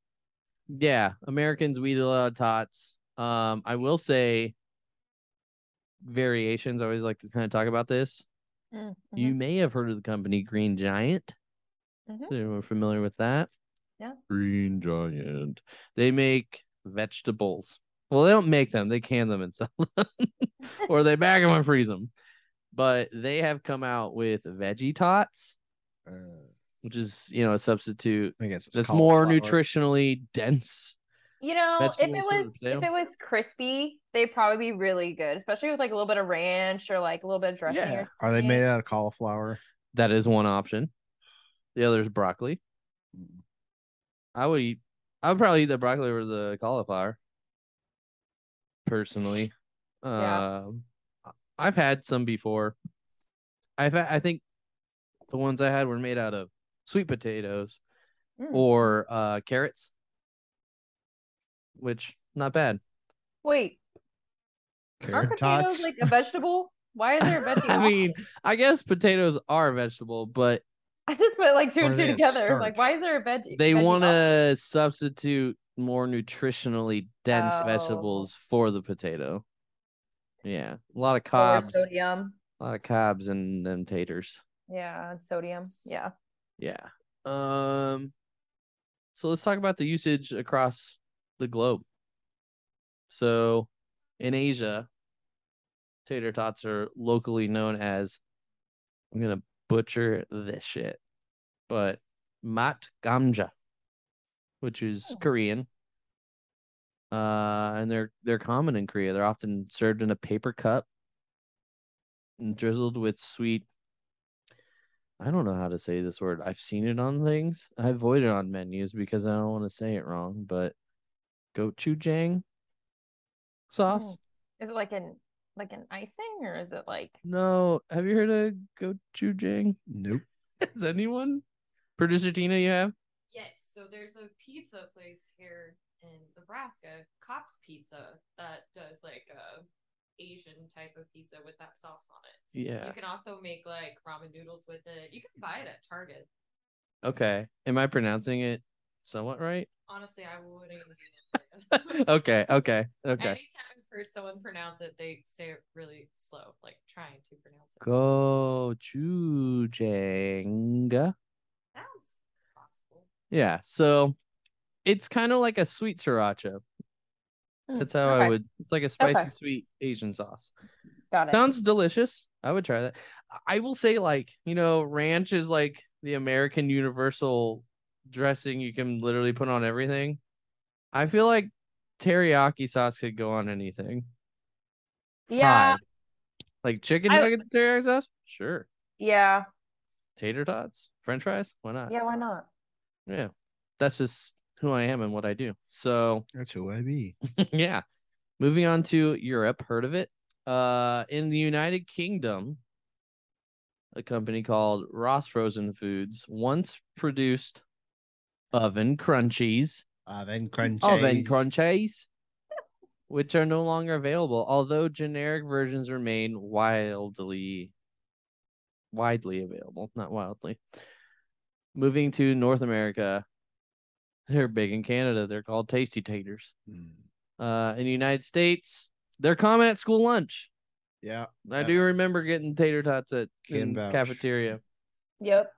Speaker 1: yeah, Americans we eat a lot of tots. Um, I will say variations. I always like to kind of talk about this.
Speaker 6: Mm, mhm.
Speaker 1: You may have heard of the company Green Giant.
Speaker 6: Mhm.
Speaker 1: Anyone familiar with that?
Speaker 6: Yeah.
Speaker 1: Green Giant. They make vegetables. Well, they don't make them; they can them and sell them, or they bag them and freeze them. But they have come out with veggie tots,
Speaker 7: Uh,
Speaker 1: which is you know a substitute
Speaker 7: I guess it's
Speaker 1: that's more
Speaker 7: cauliflower.
Speaker 1: nutritionally dense.
Speaker 6: You know, if it
Speaker 1: vegetables for the
Speaker 6: was if
Speaker 1: potato.
Speaker 6: it was crispy, they'd probably be really good, especially with like a little bit of ranch or like a little bit of dressing.
Speaker 1: Yeah.
Speaker 6: Or
Speaker 7: Are they
Speaker 6: something.
Speaker 7: made out of cauliflower?
Speaker 1: That is one option. The other is broccoli.
Speaker 6: Mm.
Speaker 1: I would eat. I would probably eat the broccoli over the cauliflower. Personally,
Speaker 6: Yeah.
Speaker 1: um, I've had some before. I've had, I think the ones I had were made out of sweet potatoes
Speaker 6: Mm.
Speaker 1: or uh, carrots, which not bad.
Speaker 6: Wait, aren't
Speaker 7: Carrot
Speaker 6: potatoes
Speaker 7: tots.
Speaker 6: like a vegetable? Why is there a vegetable?
Speaker 1: I mean, I guess potatoes are a vegetable, but
Speaker 6: I just put like two
Speaker 7: Or
Speaker 6: and
Speaker 7: are
Speaker 6: two
Speaker 7: they a
Speaker 6: together. Like,
Speaker 7: starch?
Speaker 6: why is there a veggie?
Speaker 1: they
Speaker 6: veggie
Speaker 1: want
Speaker 6: option?
Speaker 1: to substitute more nutritionally dense
Speaker 6: Oh.
Speaker 1: vegetables for the potato. Yeah, a lot of
Speaker 6: Lower
Speaker 1: cobs,
Speaker 6: sodium.
Speaker 1: a lot of cobs, and them taters.
Speaker 6: Yeah, and sodium. Yeah.
Speaker 1: Yeah. Um. So let's talk about the usage across the globe. So, in Asia, tater tots are locally known as. I'm gonna butcher this shit, but mat gamja, which is
Speaker 6: Oh.
Speaker 1: Korean. Uh, and they're they're common in Korea. They're often served in a paper cup and drizzled with sweet I don't know how to say this word. I've seen it on things. I avoid it on menus because I don't want to say it wrong, but gochujang sauce?
Speaker 6: Mm. Is it like an like an icing or is it like
Speaker 1: No. Have you heard of gochujang?
Speaker 7: Nope.
Speaker 1: Is anyone? Producer Tina, you have?
Speaker 8: Yes, so there's a pizza place here in Nebraska, Cops Pizza, that does like a Asian type of pizza with that sauce on it.
Speaker 1: Yeah.
Speaker 8: You can also make like ramen noodles with it. You can buy it at Target.
Speaker 1: Okay. Am I pronouncing it somewhat right?
Speaker 8: Honestly, I wouldn't even answer that.
Speaker 1: okay. Okay. Okay.
Speaker 8: Anytime I've heard someone pronounce it, they say it really slow, like trying to pronounce it.
Speaker 1: Gochujang.
Speaker 8: Sounds possible.
Speaker 1: Yeah. So it's kind of like a sweet sriracha.
Speaker 6: Mm,
Speaker 1: That's how I
Speaker 6: okay.
Speaker 1: would. It's like a spicy,
Speaker 6: Okay.
Speaker 1: sweet Asian sauce.
Speaker 6: Got it.
Speaker 1: Sounds delicious. I would try that. I- I will say, like, you know, ranch is like the American universal dressing you can literally put on everything. I feel like teriyaki sauce could go on anything.
Speaker 6: yeah.
Speaker 1: Fried. Like chicken
Speaker 6: I-
Speaker 1: nuggets, teriyaki sauce? Sure.
Speaker 6: Yeah.
Speaker 1: Tater tots, french fries? Why not?
Speaker 6: Yeah. Why not?
Speaker 1: Yeah. That's just who I am and what I do. So,
Speaker 2: That's who I be.
Speaker 1: yeah. Moving on to Europe, heard of it? Uh in the United Kingdom, a company called Ross Frozen Foods once produced oven crunchies,
Speaker 7: Ah,
Speaker 2: Oven crunchies.
Speaker 1: oven crunchies, which are no longer available, although generic versions remain wildly widely available, not wildly. Moving to North America, they're big in Canada. They're called Tasty Taters
Speaker 7: Hmm.
Speaker 1: uh, in the United States. They're common at school lunch.
Speaker 2: Yeah.
Speaker 1: I
Speaker 2: Yep.
Speaker 1: do remember getting tater tots at
Speaker 2: Can
Speaker 1: in
Speaker 2: vouch.
Speaker 1: cafeteria.
Speaker 6: Yep.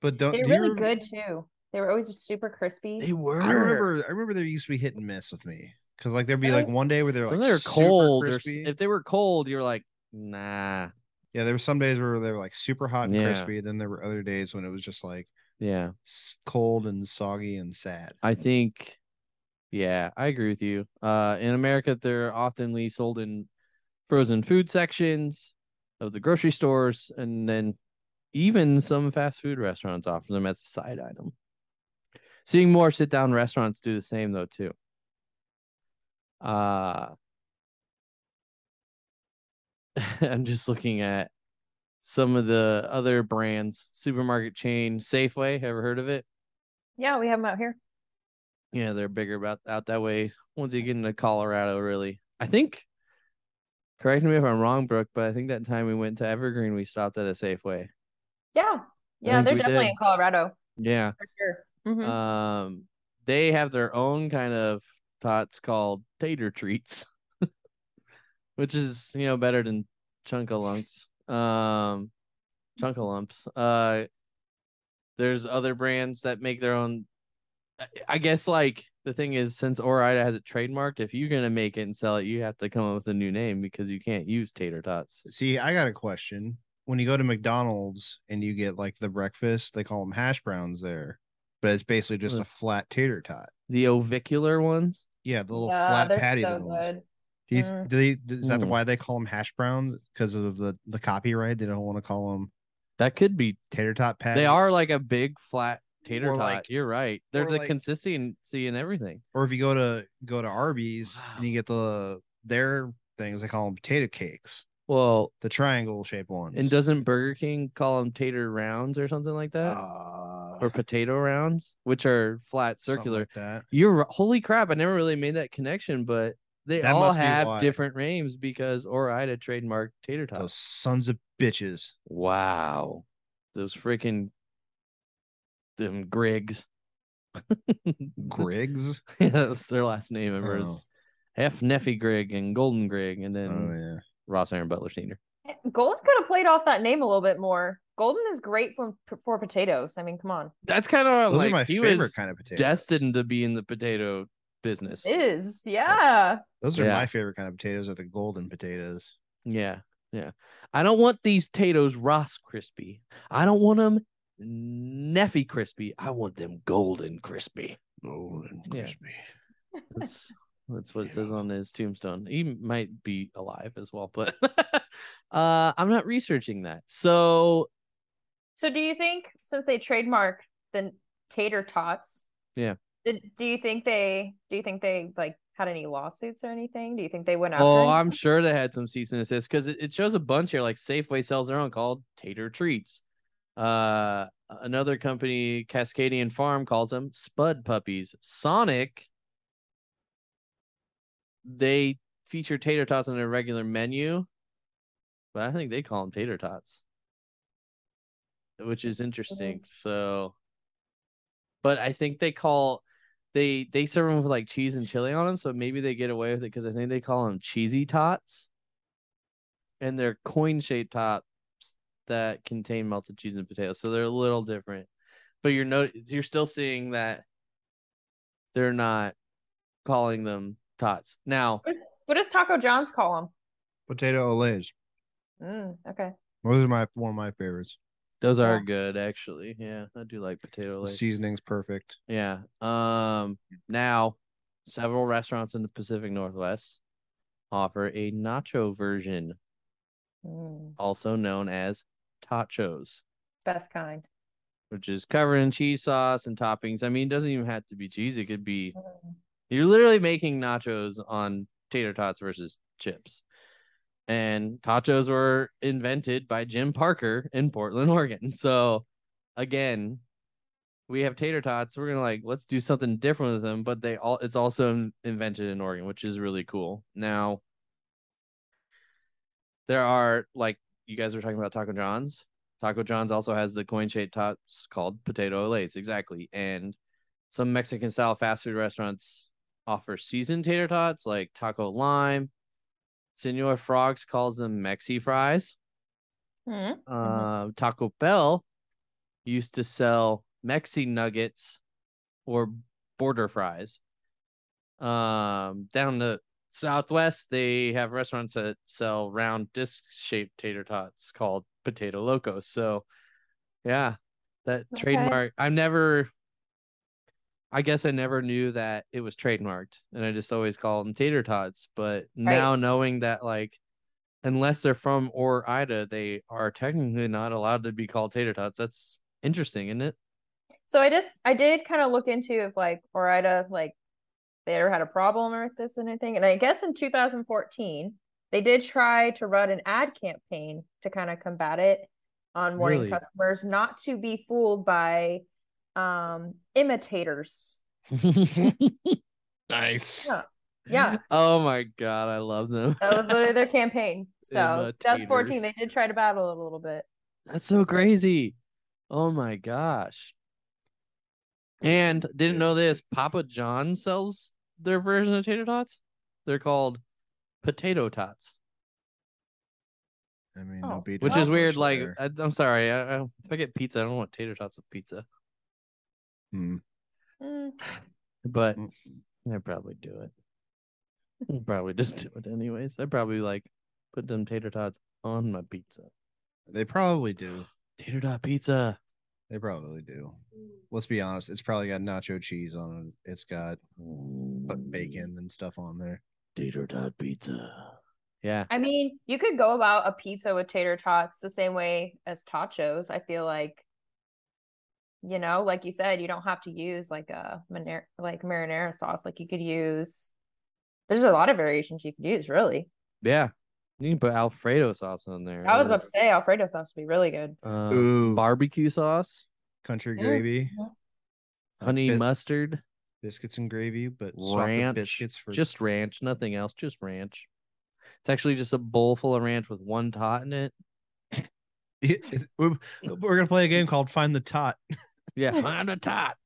Speaker 7: But
Speaker 1: Uh,
Speaker 7: don't
Speaker 6: They're
Speaker 7: do you
Speaker 6: really
Speaker 7: rem-
Speaker 6: good too. They were always super crispy.
Speaker 1: They were.
Speaker 7: I remember I remember there used to be hit and miss with me. Cause like there'd be like
Speaker 6: Really?
Speaker 7: one day where they're
Speaker 1: When
Speaker 7: like
Speaker 1: they were
Speaker 7: super
Speaker 1: cold. Or, s-
Speaker 7: crispy.
Speaker 1: if they were cold, you were like, nah.
Speaker 7: yeah, there were some days where they were like super hot and
Speaker 1: Yeah.
Speaker 7: crispy. Then there were other days when it was just like
Speaker 1: Yeah,
Speaker 7: s- cold and soggy and sad.
Speaker 1: I think. Yeah, I agree with you. Uh, in America, they're often sold in frozen food sections of the grocery stores, and then even some fast food restaurants offer them as a side item. Seeing more sit down restaurants do the same though too. Uh I'm just looking at some of the other brands, supermarket chain Safeway, ever heard of it?
Speaker 6: yeah, we have them out here.
Speaker 1: Yeah, they're bigger about out that way. Once you get into Colorado, really, I think. Correct me if I'm wrong, Brooke, but I think that time we went to Evergreen, we stopped at a Safeway.
Speaker 6: Yeah. Yeah,
Speaker 1: think
Speaker 6: they're
Speaker 1: we
Speaker 6: definitely
Speaker 1: did.
Speaker 6: in Colorado
Speaker 1: Yeah.
Speaker 6: for sure. Mhm.
Speaker 1: Um, they have their own kind of tots called tater treats, which is you know better than chunka lunks. Um, chunka lumps. Uh, there's other brands that make their own. I- I guess like the thing is, since Orida has it trademarked, if you're gonna make it and sell it, you have to come up with a new name because you can't use tater tots.
Speaker 7: See, I got a question. When you go to McDonald's and you get like the breakfast, they call them hash browns there, but it's basically just
Speaker 1: Mm.
Speaker 7: a flat tater tot.
Speaker 1: The ovicular ones.
Speaker 7: Yeah, the little
Speaker 6: yeah,
Speaker 7: flat
Speaker 6: they're
Speaker 7: patty
Speaker 6: so
Speaker 7: little ones.
Speaker 6: good.
Speaker 7: Do you,
Speaker 6: Mm.
Speaker 7: do they, th- is that the
Speaker 1: Mm.
Speaker 7: why they call them hash browns? Because of the the copyright, they don't want to call them
Speaker 1: That could be
Speaker 7: tater tot patties.
Speaker 1: They are like a big flat tater
Speaker 7: Or
Speaker 1: tot.
Speaker 7: like-
Speaker 1: You're right. They're
Speaker 7: or
Speaker 1: the
Speaker 7: like-
Speaker 1: consistency and everything.
Speaker 7: or if you go to go to Arby's and you
Speaker 1: Wow.
Speaker 7: get the their things, they call them potato cakes,
Speaker 1: Well,
Speaker 7: the triangle shaped ones.
Speaker 1: and doesn't Burger King call them tater rounds or something like that,
Speaker 7: Uh,
Speaker 1: or potato rounds, which are flat,
Speaker 7: something
Speaker 1: circular?
Speaker 7: like that.
Speaker 1: You're ri- holy crap! I never really made that connection, but they
Speaker 7: That
Speaker 1: all
Speaker 7: must be
Speaker 1: have
Speaker 7: why.
Speaker 1: different names because Orida trademarked tater tots.
Speaker 7: Those sons of bitches.
Speaker 1: Wow, those freaking them Griggs.
Speaker 7: Griggs.
Speaker 1: yeah, that was their last name. Ever is F. Neffy Grigg and Golden Grigg, and then
Speaker 7: Oh yeah.
Speaker 1: Ross Aaron Butler Senior.
Speaker 6: Golden could have played off that name a little bit more. Golden is great for for potatoes. I mean, come on.
Speaker 1: That's kind of
Speaker 7: Those
Speaker 1: Oh, like
Speaker 7: are my
Speaker 1: he
Speaker 7: favorite
Speaker 1: was
Speaker 7: kind of potatoes.
Speaker 1: destined to be in the potato business.
Speaker 6: It is. Yeah.
Speaker 7: Those are
Speaker 1: Yeah.
Speaker 7: my favorite kind of potatoes are the golden potatoes.
Speaker 1: Yeah, yeah. I don't want these potatoes Ross crispy. I don't want them Neffy crispy. I want them golden crispy.
Speaker 2: Golden
Speaker 1: Yeah.
Speaker 2: crispy.
Speaker 1: That's that's what it says on his tombstone. He might be alive as well, but uh, I'm not researching that. So
Speaker 6: So do you think since they trademark the tater tots?
Speaker 1: Yeah.
Speaker 6: Did, do you think they do you think they like had any lawsuits or anything? Do you think they went after?
Speaker 1: Oh,
Speaker 6: any-
Speaker 1: I'm sure they had some cease and desist because it, it shows a bunch here. Like Safeway sells their own called Tater Treats. Uh, another company, Cascadian Farm, calls them Spud Puppies. Sonic, they feature tater tots on their regular menu, but I think they call them tater tots, which is interesting. So, but I think they call they they serve them with like cheese and chili on them, so maybe they get away with it because I think they call them cheesy tots, and they're coin shaped tops that contain melted cheese and potatoes, so they're a little different. But you're no, you're still seeing that they're not calling them tots now.
Speaker 6: what does Taco John's call them?
Speaker 2: potato olays.
Speaker 6: Mm, okay.
Speaker 2: Those are my one of my favorites.
Speaker 1: Those are
Speaker 6: Yeah.
Speaker 1: good, actually. Yeah, I do like potato
Speaker 2: The
Speaker 1: legs.
Speaker 2: seasoning's perfect.
Speaker 1: Yeah. Um now several restaurants in the Pacific Northwest offer a nacho version,
Speaker 6: Mm,
Speaker 1: also known as tachos,
Speaker 6: best kind.
Speaker 1: which is covered in cheese sauce and toppings. I mean, it doesn't even have to be cheese. It could be
Speaker 6: Mm.
Speaker 1: you're literally making nachos on tater tots versus chips. And tachos were invented by Jim Parker in Portland, Oregon. So again, we have tater tots. We're gonna like let's do something different with them, but they all it's also in- invented in Oregon, which is really cool. Now there are like you guys were talking about Taco John's. Taco John's also has the coin shaped tots called potato olays, exactly. And some Mexican style fast food restaurants offer seasoned tater tots like taco lime. Senor Frogs calls them Mexi fries.
Speaker 6: Mm. Mhm.
Speaker 1: Uh, Taco Bell used to sell Mexi nuggets or border fries. Um, down the southwest, they have restaurants that sell round disc shaped tater tots called Potato Locos. So, yeah, that
Speaker 6: Okay.
Speaker 1: trademark. I've never, I guess I never knew that it was trademarked, and I just always called them tater tots. But now knowing that, like, unless they're from or Ida, they are technically not allowed to be called tater tots. That's interesting, isn't it?
Speaker 6: So I just I did kind of look into if like Orida like they ever had a problem or with this and anything. And I guess in 2014 they did try to run an ad campaign to kind of combat it on warning
Speaker 1: Really?
Speaker 6: customers not to be fooled by um imitators.
Speaker 2: Nice.
Speaker 6: Yeah. Oh.
Speaker 1: Oh my god, I love them.
Speaker 6: That was literally their campaign. So
Speaker 1: Imitators.
Speaker 6: 2014 they did try to battle it a little bit.
Speaker 1: That's so crazy. Oh my gosh. And didn't know this, Papa John sells their version of tater tots. They're called potato tots,
Speaker 2: I mean,
Speaker 6: Oh,
Speaker 2: no beat
Speaker 1: which
Speaker 2: it,
Speaker 1: is
Speaker 2: for
Speaker 1: weird. Like,
Speaker 2: sure.
Speaker 1: I, I'm sorry. I, I, if I get pizza, I don't want tater tots with pizza,
Speaker 2: Hmm.
Speaker 6: Mm,
Speaker 1: but
Speaker 2: Mm.
Speaker 1: I'd probably do it. I'd probably just do it anyways. I'd probably like put them tater tots on my pizza.
Speaker 2: they probably do.
Speaker 1: Tater tot pizza.
Speaker 2: They probably do. Let's be honest. It's probably got nacho cheese on it. It's got but bacon and stuff on there.
Speaker 1: Tater tot pizza. Yeah.
Speaker 6: I mean, you could go about a pizza with tater tots the same way as tacos. I feel like, you know, like you said, you don't have to use like a marinara, like marinara sauce. Like you could use. There's a lot of variations you could use. Really,
Speaker 1: Yeah. You can put Alfredo sauce on there.
Speaker 6: I was
Speaker 1: or,
Speaker 6: about to say Alfredo sauce would be really good.
Speaker 1: uh,
Speaker 2: Ooh,
Speaker 1: barbecue sauce,
Speaker 2: country
Speaker 6: Yeah.
Speaker 2: gravy,
Speaker 1: honey
Speaker 2: Bit-
Speaker 1: mustard,
Speaker 2: biscuits and gravy, but swap the
Speaker 1: ranch.
Speaker 2: biscuits for
Speaker 1: Just ranch, nothing else, just ranch. It's actually just a bowl full of ranch with one tot in it.
Speaker 2: we're, we're gonna play a game called Find the Tot.
Speaker 1: Yeah, find a tot.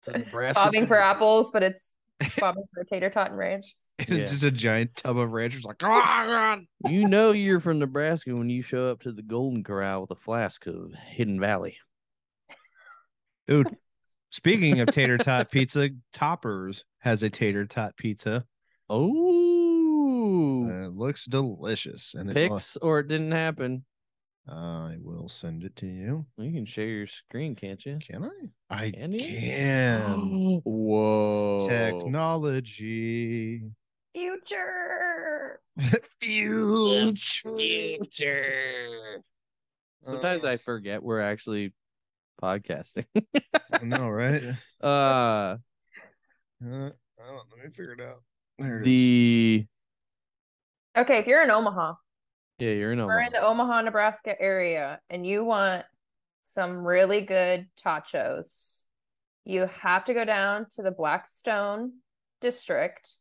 Speaker 1: It's a Nebraska
Speaker 6: Bobbing for
Speaker 1: thing.
Speaker 6: apples, but it's bobbing for tater tot and ranch.
Speaker 2: It's
Speaker 1: Yeah.
Speaker 2: just a giant tub of ranch. It's like, ah, God.
Speaker 1: You know you're from Nebraska when you show up to the Golden Corral with a flask of Hidden Valley.
Speaker 2: Dude, speaking of tater tot pizza, Toppers has a tater tot pizza. Uh,
Speaker 1: Oh,
Speaker 2: It looks delicious. And it,
Speaker 1: pics or it didn't happen.
Speaker 2: I will send it to you.
Speaker 1: You can share your screen, can't you?
Speaker 2: Can I? I
Speaker 1: Can you? Oh.
Speaker 2: can.
Speaker 1: Whoa.
Speaker 2: Technology.
Speaker 6: Future.
Speaker 2: Future.
Speaker 1: Sometimes I forget we're actually podcasting.
Speaker 2: I know, right?
Speaker 1: uh
Speaker 2: Uh, I don't, let me figure it out. There it is.
Speaker 1: the
Speaker 6: Okay, if you're in Omaha,
Speaker 1: yeah, you're in
Speaker 6: we're in
Speaker 1: Omaha.
Speaker 6: the Omaha, Nebraska area, and you want some really good tachos, you have to go down to the Blackstone district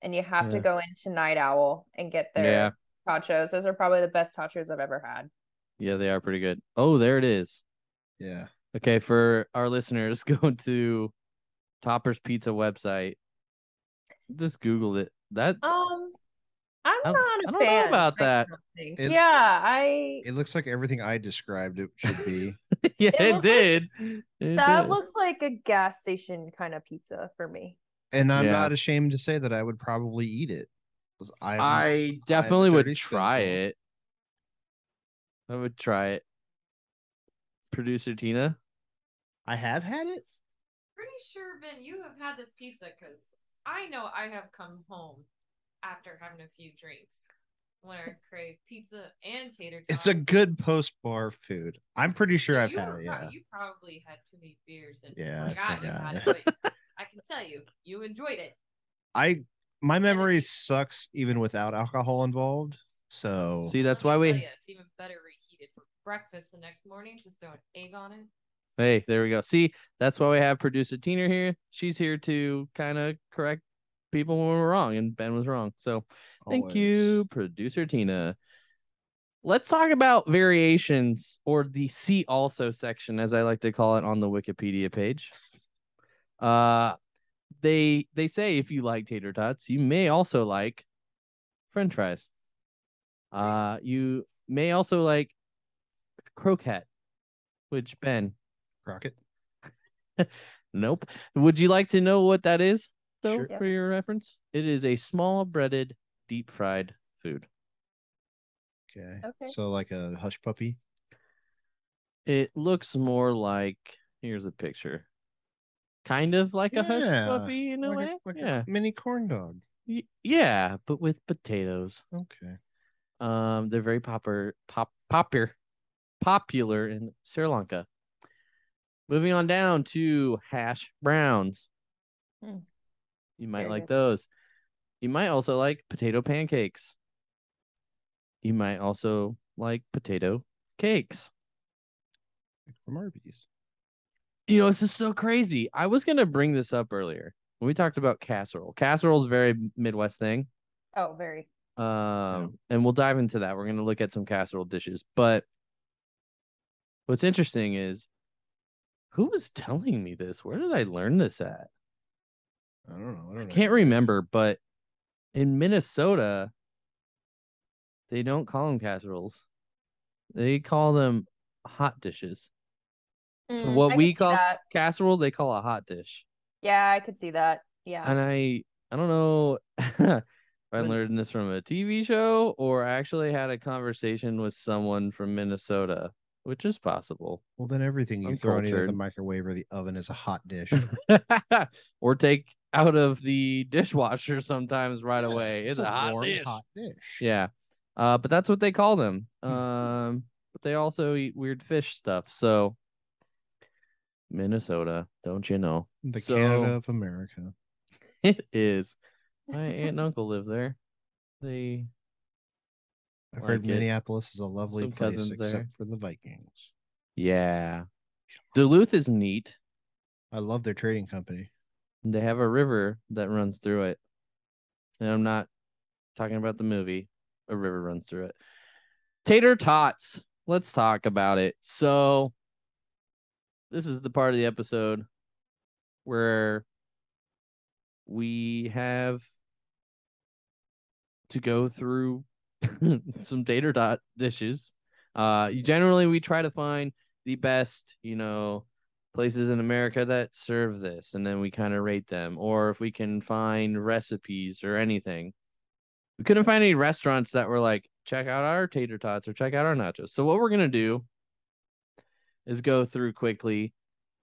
Speaker 6: and you have to
Speaker 1: Yeah.
Speaker 6: go into Night Owl and get
Speaker 1: Yeah.
Speaker 6: their tachos. Those are probably the best tachos I've ever had.
Speaker 1: Yeah, they are pretty good. Oh, there it is.
Speaker 2: Yeah.
Speaker 1: Okay, for our listeners, go to Topper's Pizza website. Just Googled it. That
Speaker 6: Um, I'm
Speaker 1: I don't-
Speaker 6: not a
Speaker 1: I don't know
Speaker 6: fan
Speaker 1: about
Speaker 6: I
Speaker 1: that.
Speaker 6: don't think.
Speaker 2: It-
Speaker 6: yeah, I
Speaker 2: It looks like everything I described it should be.
Speaker 1: yeah, it,
Speaker 6: it looks like-
Speaker 1: did. It
Speaker 6: Mm, that
Speaker 1: did.
Speaker 6: looks like a gas station kind of pizza for me.
Speaker 2: and I'm
Speaker 1: Yeah.
Speaker 2: not ashamed to say that I would probably eat it. 'Cause I haven't-
Speaker 1: I definitely would
Speaker 2: 36
Speaker 1: try
Speaker 2: now.
Speaker 1: it. I would try it. Producer Tina,
Speaker 4: I have had it.
Speaker 8: Pretty sure, Ben, you have had this pizza because I know I have come home after having a few drinks when I crave pizza and tater
Speaker 2: It's
Speaker 8: tots.
Speaker 2: a good post bar food. I'm pretty sure
Speaker 8: So
Speaker 2: I've
Speaker 8: you
Speaker 2: had
Speaker 8: were
Speaker 2: it.
Speaker 8: pro-
Speaker 2: Yeah.
Speaker 8: You probably had too many beers and
Speaker 2: Yeah, I
Speaker 8: forgot you had
Speaker 2: forgot.
Speaker 8: it. But I can tell you, you enjoyed it.
Speaker 2: I my memory
Speaker 8: you-
Speaker 2: sucks even without alcohol involved. So
Speaker 1: see that's why
Speaker 8: Let me
Speaker 1: we.
Speaker 6: Oh,
Speaker 8: tell ya, it's even better reheated for breakfast the next morning. Just throw an egg on it.
Speaker 1: Hey, there we go. See, that's why we have producer Tina here. She's here to kind of correct people when we're wrong, and Ben was wrong. So thank
Speaker 2: always.
Speaker 1: you, producer Tina. Let's talk about variations or the see also section, as I like to call it on the Wikipedia page. Uh, they they say if you like tater tots, you may also like French fries. Uh, you may also like croquette, which Ben,
Speaker 2: Crockett.
Speaker 1: Nope. Would you like to know what that is, though,
Speaker 2: Sure.
Speaker 6: Yep.
Speaker 1: for your reference? It is a small breaded, deep fried food.
Speaker 2: Okay.
Speaker 6: Okay.
Speaker 2: So like a hush puppy.
Speaker 1: It looks more like here's a picture, kind of like a
Speaker 2: Yeah,
Speaker 1: hush puppy in a
Speaker 2: like
Speaker 1: way.
Speaker 2: a, like
Speaker 1: yeah,
Speaker 2: a mini corn dog.
Speaker 1: Y- yeah, but with potatoes.
Speaker 2: Okay.
Speaker 1: Um, they're very popular, pop, popular, popular in Sri Lanka. Moving on down to hash browns.
Speaker 6: Hmm.
Speaker 1: You might
Speaker 6: Very
Speaker 1: like
Speaker 6: good.
Speaker 1: those. You might also like potato pancakes. You might also like potato cakes.
Speaker 2: From Arby's.
Speaker 1: You know, this is so crazy. I was gonna bring this up earlier when we talked about casserole. Casserole's a very Midwest thing.
Speaker 6: Oh, very.
Speaker 1: Um, and we'll dive into that. We're gonna look at some casserole dishes, but what's interesting is who was telling me this? Where did I learn this at?
Speaker 2: I don't know. I,
Speaker 1: I
Speaker 2: don't
Speaker 1: can't
Speaker 2: know.
Speaker 1: remember, but in Minnesota, they don't call them casseroles; they call them hot dishes. So
Speaker 6: Mm,
Speaker 1: what
Speaker 6: I could
Speaker 1: we
Speaker 6: see
Speaker 1: call-
Speaker 6: that.
Speaker 1: Casserole, they call a hot dish,
Speaker 6: Yeah, I could see that. Yeah.
Speaker 1: and I I don't know if I
Speaker 2: But-
Speaker 1: learned this from a TV show or I actually had a conversation with someone from Minnesota, which is possible,
Speaker 2: Well, then everything you
Speaker 1: I'm
Speaker 2: throw in either the
Speaker 1: cultured.
Speaker 2: microwave or the oven is a hot dish.
Speaker 1: or take out of the dishwasher sometimes right away. It's a hot
Speaker 2: warm,
Speaker 1: dish.
Speaker 2: hot dish.
Speaker 1: Yeah. Uh, but that's what they call them. Um, but they also eat weird fish stuff. So Minnesota, don't you know?
Speaker 2: The
Speaker 1: So-
Speaker 2: Canada of America.
Speaker 1: It is. My aunt and uncle live there. They
Speaker 2: I've
Speaker 1: Like
Speaker 2: heard
Speaker 1: it.
Speaker 2: Minneapolis is a lovely
Speaker 1: Some
Speaker 2: place
Speaker 1: cousins
Speaker 2: except
Speaker 1: there.
Speaker 2: for the Vikings.
Speaker 1: yeah. Duluth is neat.
Speaker 2: I love their trading company.
Speaker 1: They have a river that runs through it. And I'm not talking about the movie. A river runs through it. Tater tots. Let's talk about it. So, this is the part of the episode where we have to go through some tater tot dishes. Uh, you- generally, we try to find the best, you know, places in America that serve this, and then we kind of rate them. Or if we can find recipes or anything, we couldn't find any restaurants that were like, check out our tater tots or check out our nachos. So what we're gonna do is go through quickly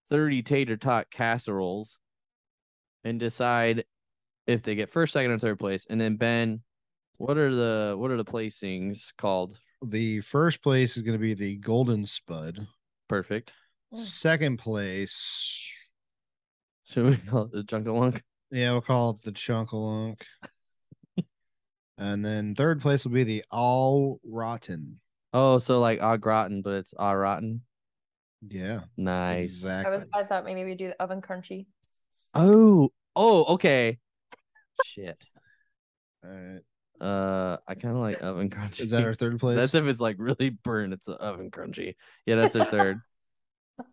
Speaker 1: 30 tater tot casseroles and decide if they get first, second, or third place. And then Ben, what are the what are the placings called?
Speaker 2: The first place is going to be the Golden Spud.
Speaker 1: Perfect.
Speaker 6: Mm.
Speaker 2: Second place,
Speaker 1: Should we call it the Junkalunk?
Speaker 2: yeah, we'll call it the Chunkalunk. and then third place will be the All Rotten.
Speaker 1: Oh, so like au gratin, but it's au rotten.
Speaker 2: Yeah,
Speaker 1: Nice.
Speaker 6: I was.
Speaker 2: exactly.
Speaker 6: I thought maybe we'd do the oven crunchy.
Speaker 1: Oh, oh, okay. Shit.
Speaker 2: All right.
Speaker 1: Uh, I kind of like oven crunchy.
Speaker 2: Is that our third place?
Speaker 1: That's if it's like really burnt. It's a oven crunchy. Yeah, that's our third.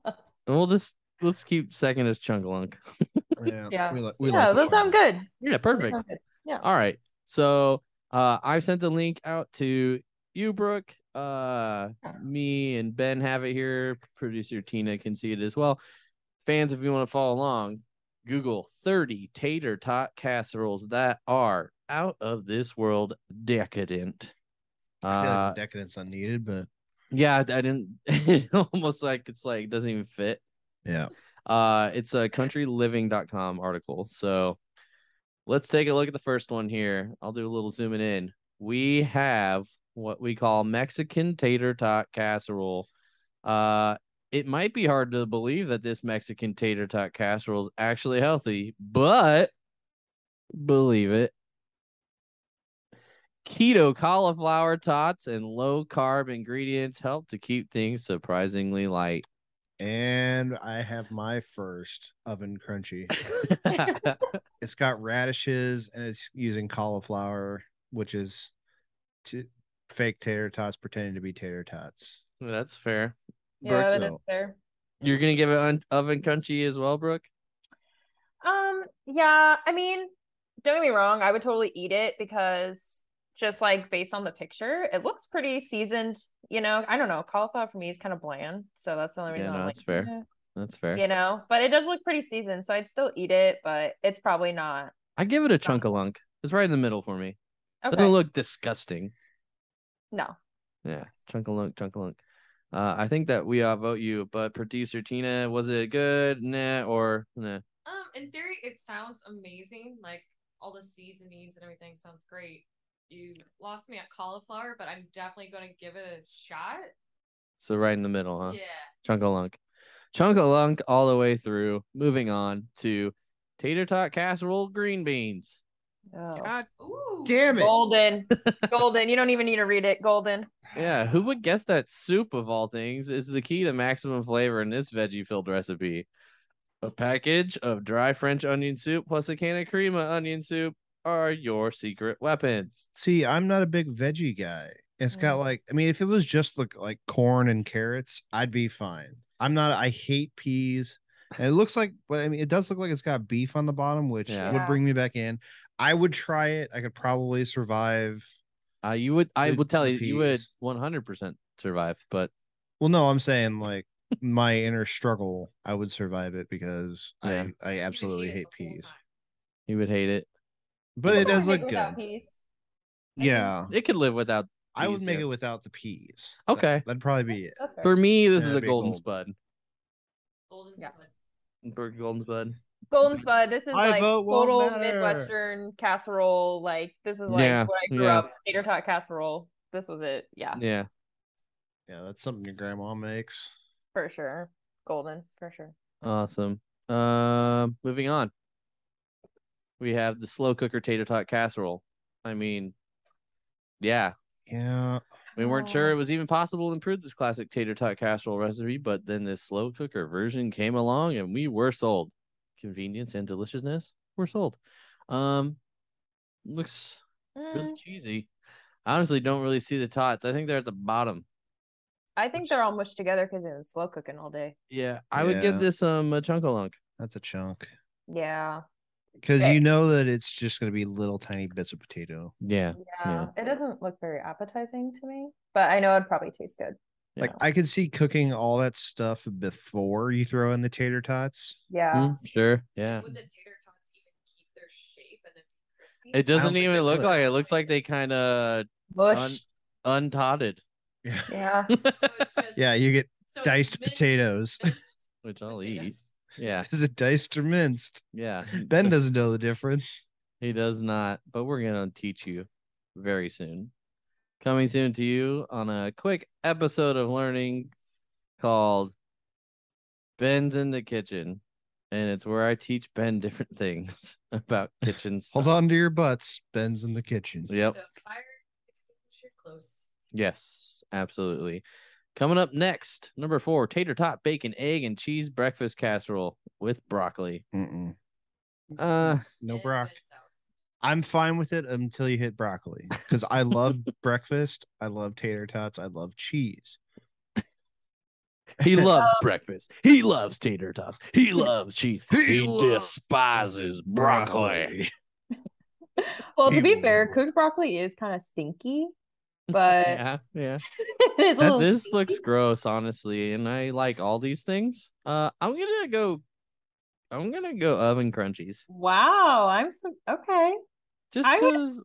Speaker 1: and we'll just let's keep second as chungalunk.
Speaker 6: Yeah.
Speaker 2: we li- we
Speaker 6: Yeah,
Speaker 2: like
Speaker 6: those sound
Speaker 2: Chunkalunk.
Speaker 6: good.
Speaker 1: Yeah,
Speaker 6: Those
Speaker 1: perfect.
Speaker 6: sound good. Yeah.
Speaker 1: All right. So uh I've sent the link out to you, Brooke. Uh me and Ben have it here. Producer Tina can see it as well. Fans, if you want to follow along, Google 30 tater tot casseroles that are out of this world decadent.
Speaker 2: I feel
Speaker 1: Uh,
Speaker 2: like decadence unneeded, but
Speaker 1: yeah, I didn't. It almost like it's like doesn't even fit.
Speaker 2: yeah.
Speaker 1: Uh, it's a countryliving.com article. So let's take a look at the first one here. I'll do a little zooming in. We have what we call Mexican tater tot casserole. Uh, it might be hard to believe that this Mexican tater tot casserole is actually healthy, but believe it. Keto cauliflower tots and low carb ingredients help to keep things surprisingly light.
Speaker 2: And I have my first oven crunchy. it's got radishes and it's using cauliflower, which is t- fake tater tots pretending to be tater tots.
Speaker 1: That's fair. oh,
Speaker 6: Yeah, that is
Speaker 2: Birdzo.
Speaker 6: fair.
Speaker 1: You're gonna give it un- oven crunchy as well, Brooke.
Speaker 6: Um, yeah, I mean, don't get me wrong, I would totally eat it because just like based on the picture, it looks pretty seasoned, you know. I don't know, cauliflower for me is kind of bland, so that's the only
Speaker 1: Yeah,
Speaker 6: reason
Speaker 1: no,
Speaker 6: I'm
Speaker 1: that's
Speaker 6: like,
Speaker 1: fair.
Speaker 6: "Eh,"
Speaker 1: That's fair.
Speaker 6: you know, but it does look pretty seasoned, so I'd still eat it, but it's probably not.
Speaker 1: I give it a chunk of lunk. It's right in the middle for me.
Speaker 6: Okay.
Speaker 1: Doesn't look disgusting.
Speaker 6: no.
Speaker 1: Yeah, chunk of lunk, chunk of lunk. Uh, I think that we outvote you, but producer Tina, was it good? Nah, or nah?
Speaker 8: Um, in theory, it sounds amazing. Like all the seasonings and everything sounds great. You lost me at cauliflower, but I'm definitely gonna give it a shot.
Speaker 1: So right in the middle, huh?
Speaker 8: Yeah.
Speaker 1: Chunk of lunk, chunk of lunk, all the way through. Moving on to tater tot casserole, green beans.
Speaker 6: Oh.
Speaker 2: God
Speaker 8: Ooh.
Speaker 2: damn it.
Speaker 6: Golden. Golden. You don't even need to read it. Golden.
Speaker 1: Yeah, who would guess that soup of all things is the key to maximum flavor in this veggie filled recipe? A package of dry French onion soup plus a can of crema onion soup are your secret weapons.
Speaker 2: See, I'm not a big veggie guy. It's got
Speaker 6: Mm.
Speaker 2: like, I mean, if it was just like like corn and carrots, I'd be fine. I'm not. I hate peas, and it looks like, but I mean, it does look like it's got beef on the bottom, which
Speaker 1: Yeah.
Speaker 2: would
Speaker 6: Yeah.
Speaker 2: bring me back in. I would try it. I could probably survive.
Speaker 1: Uh, you would, I
Speaker 2: Good
Speaker 1: would tell you, you would
Speaker 2: peas.
Speaker 1: 100% survive, but
Speaker 2: Well, no, I'm saying like my inner struggle. I would survive it because
Speaker 1: Yeah.
Speaker 2: I I
Speaker 8: You would
Speaker 2: absolutely
Speaker 8: hate
Speaker 2: hate
Speaker 8: it the whole
Speaker 2: peas,
Speaker 8: time.
Speaker 1: you would hate it.
Speaker 2: but it
Speaker 6: People
Speaker 2: does
Speaker 6: can live
Speaker 2: look
Speaker 6: without
Speaker 2: good.
Speaker 6: peas.
Speaker 2: Yeah,
Speaker 1: It could live without.
Speaker 2: I would
Speaker 1: peas,
Speaker 2: make
Speaker 1: yeah.
Speaker 2: it without the peas. That-
Speaker 1: Okay.
Speaker 2: that'd probably be it.
Speaker 6: That's fair.
Speaker 1: For me, this
Speaker 2: Yeah,
Speaker 1: is a
Speaker 2: big
Speaker 1: golden
Speaker 2: gold.
Speaker 1: spud.
Speaker 8: Golden
Speaker 6: Yeah.
Speaker 8: Sun.
Speaker 1: For golden spud.
Speaker 6: Golden Spud. This is
Speaker 2: I
Speaker 6: like
Speaker 2: vote won't
Speaker 6: total
Speaker 2: matter.
Speaker 6: Midwestern casserole. Like this is like
Speaker 1: Yeah,
Speaker 6: what I grew
Speaker 1: yeah.
Speaker 6: up. Tater tot casserole. This was it. Yeah,
Speaker 1: Yeah.
Speaker 2: Yeah, that's something your grandma makes.
Speaker 6: for sure. Golden for sure.
Speaker 1: Awesome. Um, moving on. We have the slow cooker tater tot casserole. I mean, yeah,
Speaker 2: Yeah.
Speaker 1: we weren't sure it
Speaker 6: Oh.
Speaker 1: was even possible to improve this classic tater tot casserole recipe, but then this slow cooker version came along and we were sold. Convenience and deliciousness were sold. Um, looks really
Speaker 6: Mm,
Speaker 1: cheesy. I honestly don't really see the tots. I think they're at the bottom.
Speaker 6: I think they're all mushed together because they've been slow cooking all day.
Speaker 1: Yeah, I would give
Speaker 2: Yeah.
Speaker 1: this um a chunk of lunk.
Speaker 2: That's a chunk.
Speaker 6: Yeah,
Speaker 2: Because
Speaker 6: Okay.
Speaker 2: you know that it's just going to be little tiny bits of potato.
Speaker 1: Yeah,
Speaker 6: yeah. It doesn't look very appetizing to me, but I know it'd probably taste good.
Speaker 2: Like
Speaker 6: Yeah.
Speaker 2: I could see cooking all that stuff before you throw in the tater tots.
Speaker 6: Yeah.
Speaker 1: Mm, sure, yeah.
Speaker 8: Would the tater tots even keep their shape and then be crispy?
Speaker 1: It doesn't
Speaker 2: think
Speaker 1: even
Speaker 2: they
Speaker 1: look
Speaker 2: would.
Speaker 1: like it. It looks like they kind of
Speaker 6: Mush.
Speaker 1: untotted,
Speaker 2: Yeah.
Speaker 6: Yeah.
Speaker 8: So it's just-
Speaker 2: Yeah, you get
Speaker 8: so it's
Speaker 2: diced
Speaker 8: minced-
Speaker 2: potatoes.
Speaker 8: minced
Speaker 1: which I'll eat.
Speaker 8: potatoes.
Speaker 1: Yeah,
Speaker 2: Is it diced or minced?
Speaker 1: yeah.
Speaker 2: Ben doesn't know the difference.
Speaker 1: He does not, but we're going to teach you very soon. Coming soon to you on a quick episode of learning called Ben's in the Kitchen. And it's where I teach Ben different things about kitchen stuff.
Speaker 2: Hold on to your butts. Ben's in the kitchen.
Speaker 1: Yep.
Speaker 8: The fire extinguisher close.
Speaker 1: Yes, absolutely. Coming up next, number four tater tot, bacon, egg, and cheese breakfast casserole with broccoli.
Speaker 2: Mm-mm.
Speaker 1: Uh,
Speaker 2: No
Speaker 8: And
Speaker 2: brock.
Speaker 8: it's out.
Speaker 2: I'm fine with it until you hit broccoli because I love breakfast. I love tater tots. I love cheese.
Speaker 3: He loves breakfast. He loves tater tots. Um, He loves cheese.
Speaker 2: He
Speaker 3: He,
Speaker 2: loves
Speaker 3: despises broccoli.
Speaker 6: Well, to be
Speaker 2: Ew.
Speaker 6: fair, cooked broccoli is kind of stinky, but Oh.
Speaker 1: yeah, yeah.
Speaker 6: it is a
Speaker 2: That's-
Speaker 6: little
Speaker 1: this
Speaker 6: stinky.
Speaker 1: looks gross honestly and i like all these things uh i'm gonna go I'm gonna go oven crunchies.
Speaker 6: Wow, I'm so okay.
Speaker 1: Just
Speaker 6: I would-
Speaker 1: because.